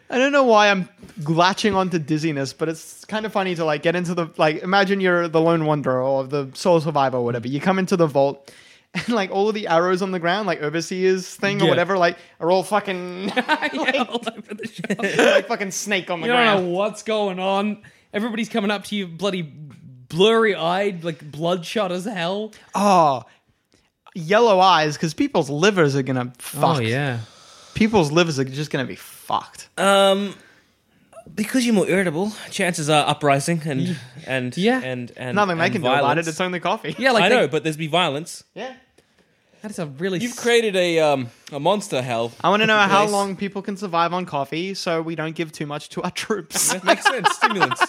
Speaker 5: I don't know why I'm latching onto dizziness, but it's kind of funny to like get into the like imagine you're the lone wanderer or the sole survivor or whatever. You come into the vault and like all of the arrows on the ground, like overseers thing or
Speaker 4: Yeah.
Speaker 5: whatever, like are all fucking
Speaker 4: Yeah, all over the shop.
Speaker 5: like fucking snake on the
Speaker 4: You don't know
Speaker 5: ground.
Speaker 4: what's going on. Everybody's coming up to you, bloody blurry-eyed, like bloodshot as hell.
Speaker 5: Oh, yellow eyes because people's livers are
Speaker 4: Oh,
Speaker 5: gonna fuck. people's livers are just gonna be fucked.
Speaker 6: Um, because you're more irritable, chances are uprising and and
Speaker 4: Yeah.
Speaker 6: and and
Speaker 5: Nothing they
Speaker 6: and
Speaker 5: can do about
Speaker 6: violence.
Speaker 5: it. It's only coffee.
Speaker 4: yeah. Like
Speaker 6: I
Speaker 4: they-
Speaker 6: know, but there's be violence.
Speaker 5: yeah.
Speaker 4: that's a really
Speaker 6: You've created a um a monster hell.
Speaker 5: I want to know how
Speaker 6: Nice.
Speaker 5: long people can survive on coffee, so we don't give too much to our troops.
Speaker 6: That makes sense. Stimulants.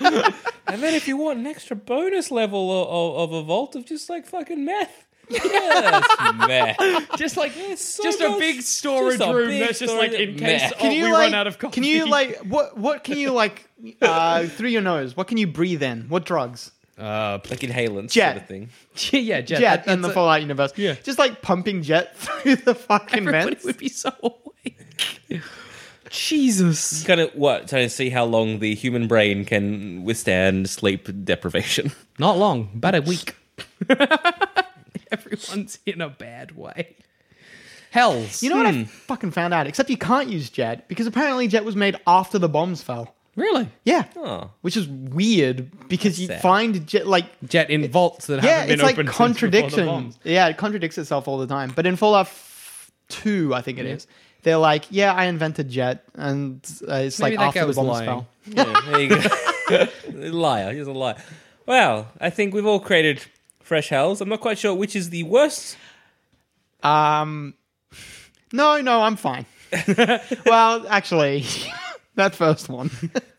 Speaker 6: and then if you want an extra bonus level of, of, of a vault of just like fucking meth. Yes, meth.
Speaker 4: just like
Speaker 6: so
Speaker 4: just a
Speaker 6: much-
Speaker 4: big storage
Speaker 6: just a
Speaker 4: room
Speaker 6: big
Speaker 4: that's just like
Speaker 6: storage-
Speaker 4: in case
Speaker 6: Meh.
Speaker 4: oh, we
Speaker 5: like,
Speaker 4: run out of coffee.
Speaker 5: Can you like what? What can you like uh, through your nose? What can you breathe in? What drugs?
Speaker 4: uh,
Speaker 6: Like inhalants
Speaker 5: Jet.
Speaker 6: sort of thing.
Speaker 4: yeah, Jet,
Speaker 5: Jet
Speaker 4: that-
Speaker 5: in the
Speaker 4: that's a-
Speaker 5: Fallout universe.
Speaker 4: Yeah.
Speaker 5: just like pumping jet through the fucking
Speaker 4: Everybody
Speaker 5: vents.
Speaker 4: would be so awake. Jesus.
Speaker 6: Kind of what trying to see how long the human brain can withstand sleep deprivation.
Speaker 4: Not long, about a week. Everyone's in a bad way. Hells.
Speaker 5: You know what
Speaker 4: Hmm.
Speaker 5: I fucking found out? Except you can't use jet because apparently jet was made after the bombs fell.
Speaker 4: really?
Speaker 5: Yeah,
Speaker 6: Oh.
Speaker 5: which is weird because you
Speaker 6: sad.
Speaker 5: find jet like
Speaker 4: Jet in vaults that
Speaker 5: yeah,
Speaker 4: haven't been
Speaker 5: it's like
Speaker 4: opened since before the
Speaker 5: contradiction.
Speaker 4: bombs.
Speaker 5: Yeah, it contradicts itself all the time. But in Fallout f- Two, I think it is, they're like, yeah, I invented jet, and uh, it's
Speaker 4: Maybe
Speaker 5: like
Speaker 4: that
Speaker 5: after
Speaker 4: guy
Speaker 5: the
Speaker 4: was
Speaker 5: bomb
Speaker 4: lying.
Speaker 5: spell.
Speaker 6: There you go. liar. He's a liar. Well, I think we've all created fresh hells. I'm not quite sure which is the worst.
Speaker 5: Um, no, no, I'm fine. well, actually, that first one.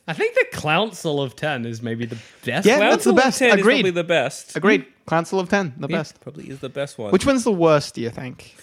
Speaker 4: I think the Council of Ten is maybe the best.
Speaker 5: Yeah.
Speaker 4: one.
Speaker 5: That's the
Speaker 6: Council of
Speaker 5: best.
Speaker 6: 10 is
Speaker 5: Agreed.
Speaker 6: probably the best.
Speaker 5: Agreed. Council of Ten, the best.
Speaker 6: Probably is the best one.
Speaker 5: Which one's the worst? Do you think?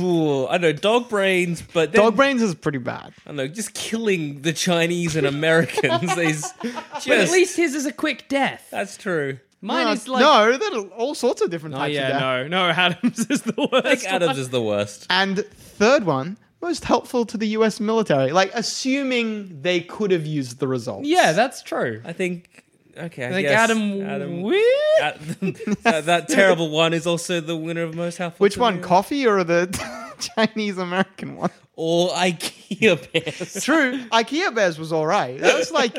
Speaker 6: Ooh, I don't know dog brains, but then,
Speaker 5: Dog brains is pretty bad.
Speaker 6: I don't know just killing the Chinese and Americans is just
Speaker 4: But at least his is a quick death.
Speaker 6: that's true.
Speaker 4: Mine
Speaker 5: no,
Speaker 4: is like
Speaker 5: no, there are all sorts of different
Speaker 4: Oh
Speaker 5: types
Speaker 4: yeah,
Speaker 5: of death.
Speaker 4: no, no. Adams is the worst.
Speaker 6: I think Adams
Speaker 4: one.
Speaker 6: is the worst.
Speaker 5: And third one, most helpful to the U.S. military. Like assuming they could have used the results.
Speaker 4: Yeah, that's true.
Speaker 6: I think okay. I
Speaker 4: I think
Speaker 6: guess
Speaker 4: Adam.
Speaker 6: Adam
Speaker 4: Wee-
Speaker 6: Ad- that, that terrible one is also the winner of most helpful.
Speaker 5: Which
Speaker 6: to
Speaker 5: one,
Speaker 6: the-
Speaker 5: coffee or the Chinese American one?
Speaker 6: Or IKEA bears.
Speaker 5: True, IKEA bears was all right. That was like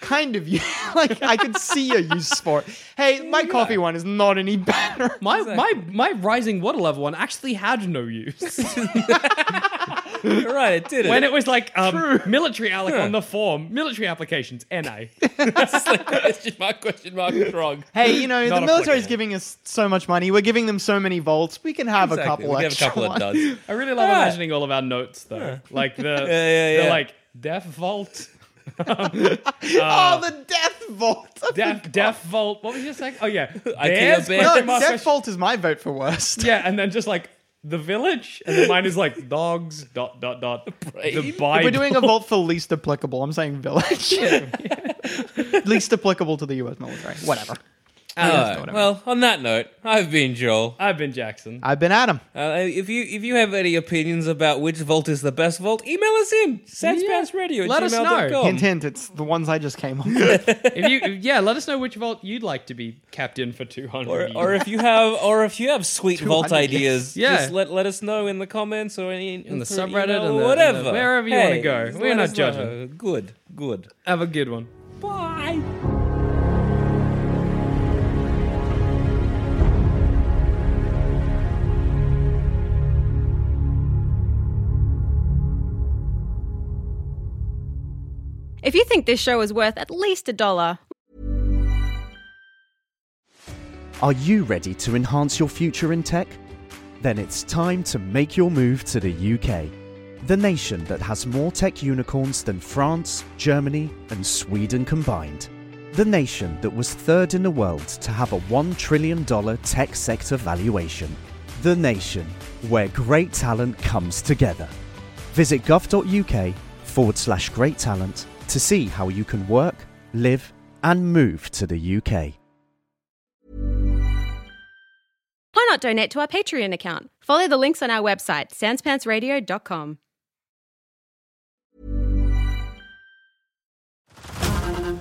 Speaker 5: kind of you. like I could see a use for it. Hey, my coffee one is not any better.
Speaker 4: My my my rising water level one actually had no use
Speaker 6: You're right, it did.
Speaker 4: when it
Speaker 6: it
Speaker 4: was like um, military alloc on the form military applications NA.
Speaker 6: was like question mark, question mark, wrong.
Speaker 5: Hey, you know
Speaker 4: Not
Speaker 5: the military's
Speaker 4: applicable.
Speaker 5: giving us so much money. We're giving them so many volts. We can have a
Speaker 6: Exactly,
Speaker 5: couple
Speaker 6: we have a
Speaker 5: extra
Speaker 6: couple of
Speaker 5: ones.
Speaker 6: duds. Yeah,
Speaker 4: I really love
Speaker 6: Yeah.
Speaker 4: imagining all of our notes though, like the
Speaker 6: yeah,
Speaker 4: the
Speaker 6: yeah.
Speaker 4: like deaf vault,
Speaker 5: oh, the death vault. I
Speaker 4: deaf
Speaker 5: forgot.
Speaker 4: deaf vault. What was your second? Oh yeah,
Speaker 6: I
Speaker 4: Bears,
Speaker 6: can't
Speaker 4: question
Speaker 6: bear-
Speaker 5: No,
Speaker 4: mark,
Speaker 5: death
Speaker 4: question-
Speaker 5: vault is my vote for worst.
Speaker 4: Yeah, and then just like the village, and then mine is like dogs dot dot dot. The Bible.
Speaker 5: We're doing a vault for least applicable. I'm saying village. least applicable to the U.S. military. Whatever.
Speaker 6: Alright, Uh, well, on that note, I've been Joel.
Speaker 4: I've been Jackson.
Speaker 5: I've been Adam.
Speaker 6: Uh, if you if you have any opinions about which vault is the best vault, email us in sanspantsradio.
Speaker 4: Let us know.
Speaker 6: Oh.
Speaker 5: Hint, hint. It's the ones I just came up with.
Speaker 4: if you yeah, let us know which vault you'd like to be captain for two
Speaker 6: Or,
Speaker 4: hundred.
Speaker 6: or if you have or if you have sweet vault
Speaker 5: 200
Speaker 6: ideas,
Speaker 4: Yeah.
Speaker 6: just let, let us know in the comments or any in
Speaker 4: the
Speaker 6: through
Speaker 4: subreddit
Speaker 6: email
Speaker 4: and
Speaker 6: or
Speaker 4: the-
Speaker 6: whatever
Speaker 4: and the- wherever you wanna go.
Speaker 6: just
Speaker 4: We're
Speaker 6: let
Speaker 4: not
Speaker 6: us know.
Speaker 4: judging.
Speaker 6: Good, good.
Speaker 4: have a good one.
Speaker 6: Bye.
Speaker 7: If you think this show is worth at least a dollar,
Speaker 8: Are you ready to enhance your future in tech? Then it's time to make your move to the UK, the nation that has more tech unicorns than France, Germany, and Sweden combined. The nation that was third in the world to have a $1 trillion tech sector valuation. The nation where great talent comes together. Visit gov.uk forward slash great talent to see how you can work, live, and move to the UK.
Speaker 7: why not donate to our Patreon account? Follow the links on our website, sanspantsradio.com.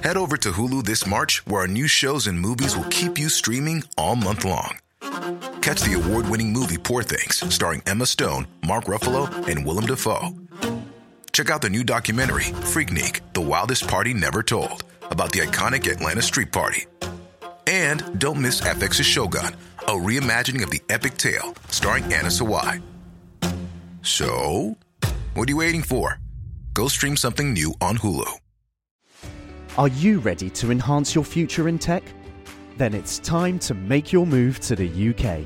Speaker 2: Head over to Hulu this March, where our new shows and movies will keep you streaming all month long. Catch the award winning movie Poor Things, starring Emma Stone, Mark Ruffalo, and Willem Dafoe. Check out the new documentary, Freaknik The Wildest Party Never Told, about the iconic Atlanta Street Party. And don't miss FX's Shogun, a reimagining of the epic tale, starring Anna Sawai. So, what are you waiting for? Go stream something new on Hulu.
Speaker 8: Are you ready to enhance your future in tech? Then it's time to make your move to the UK,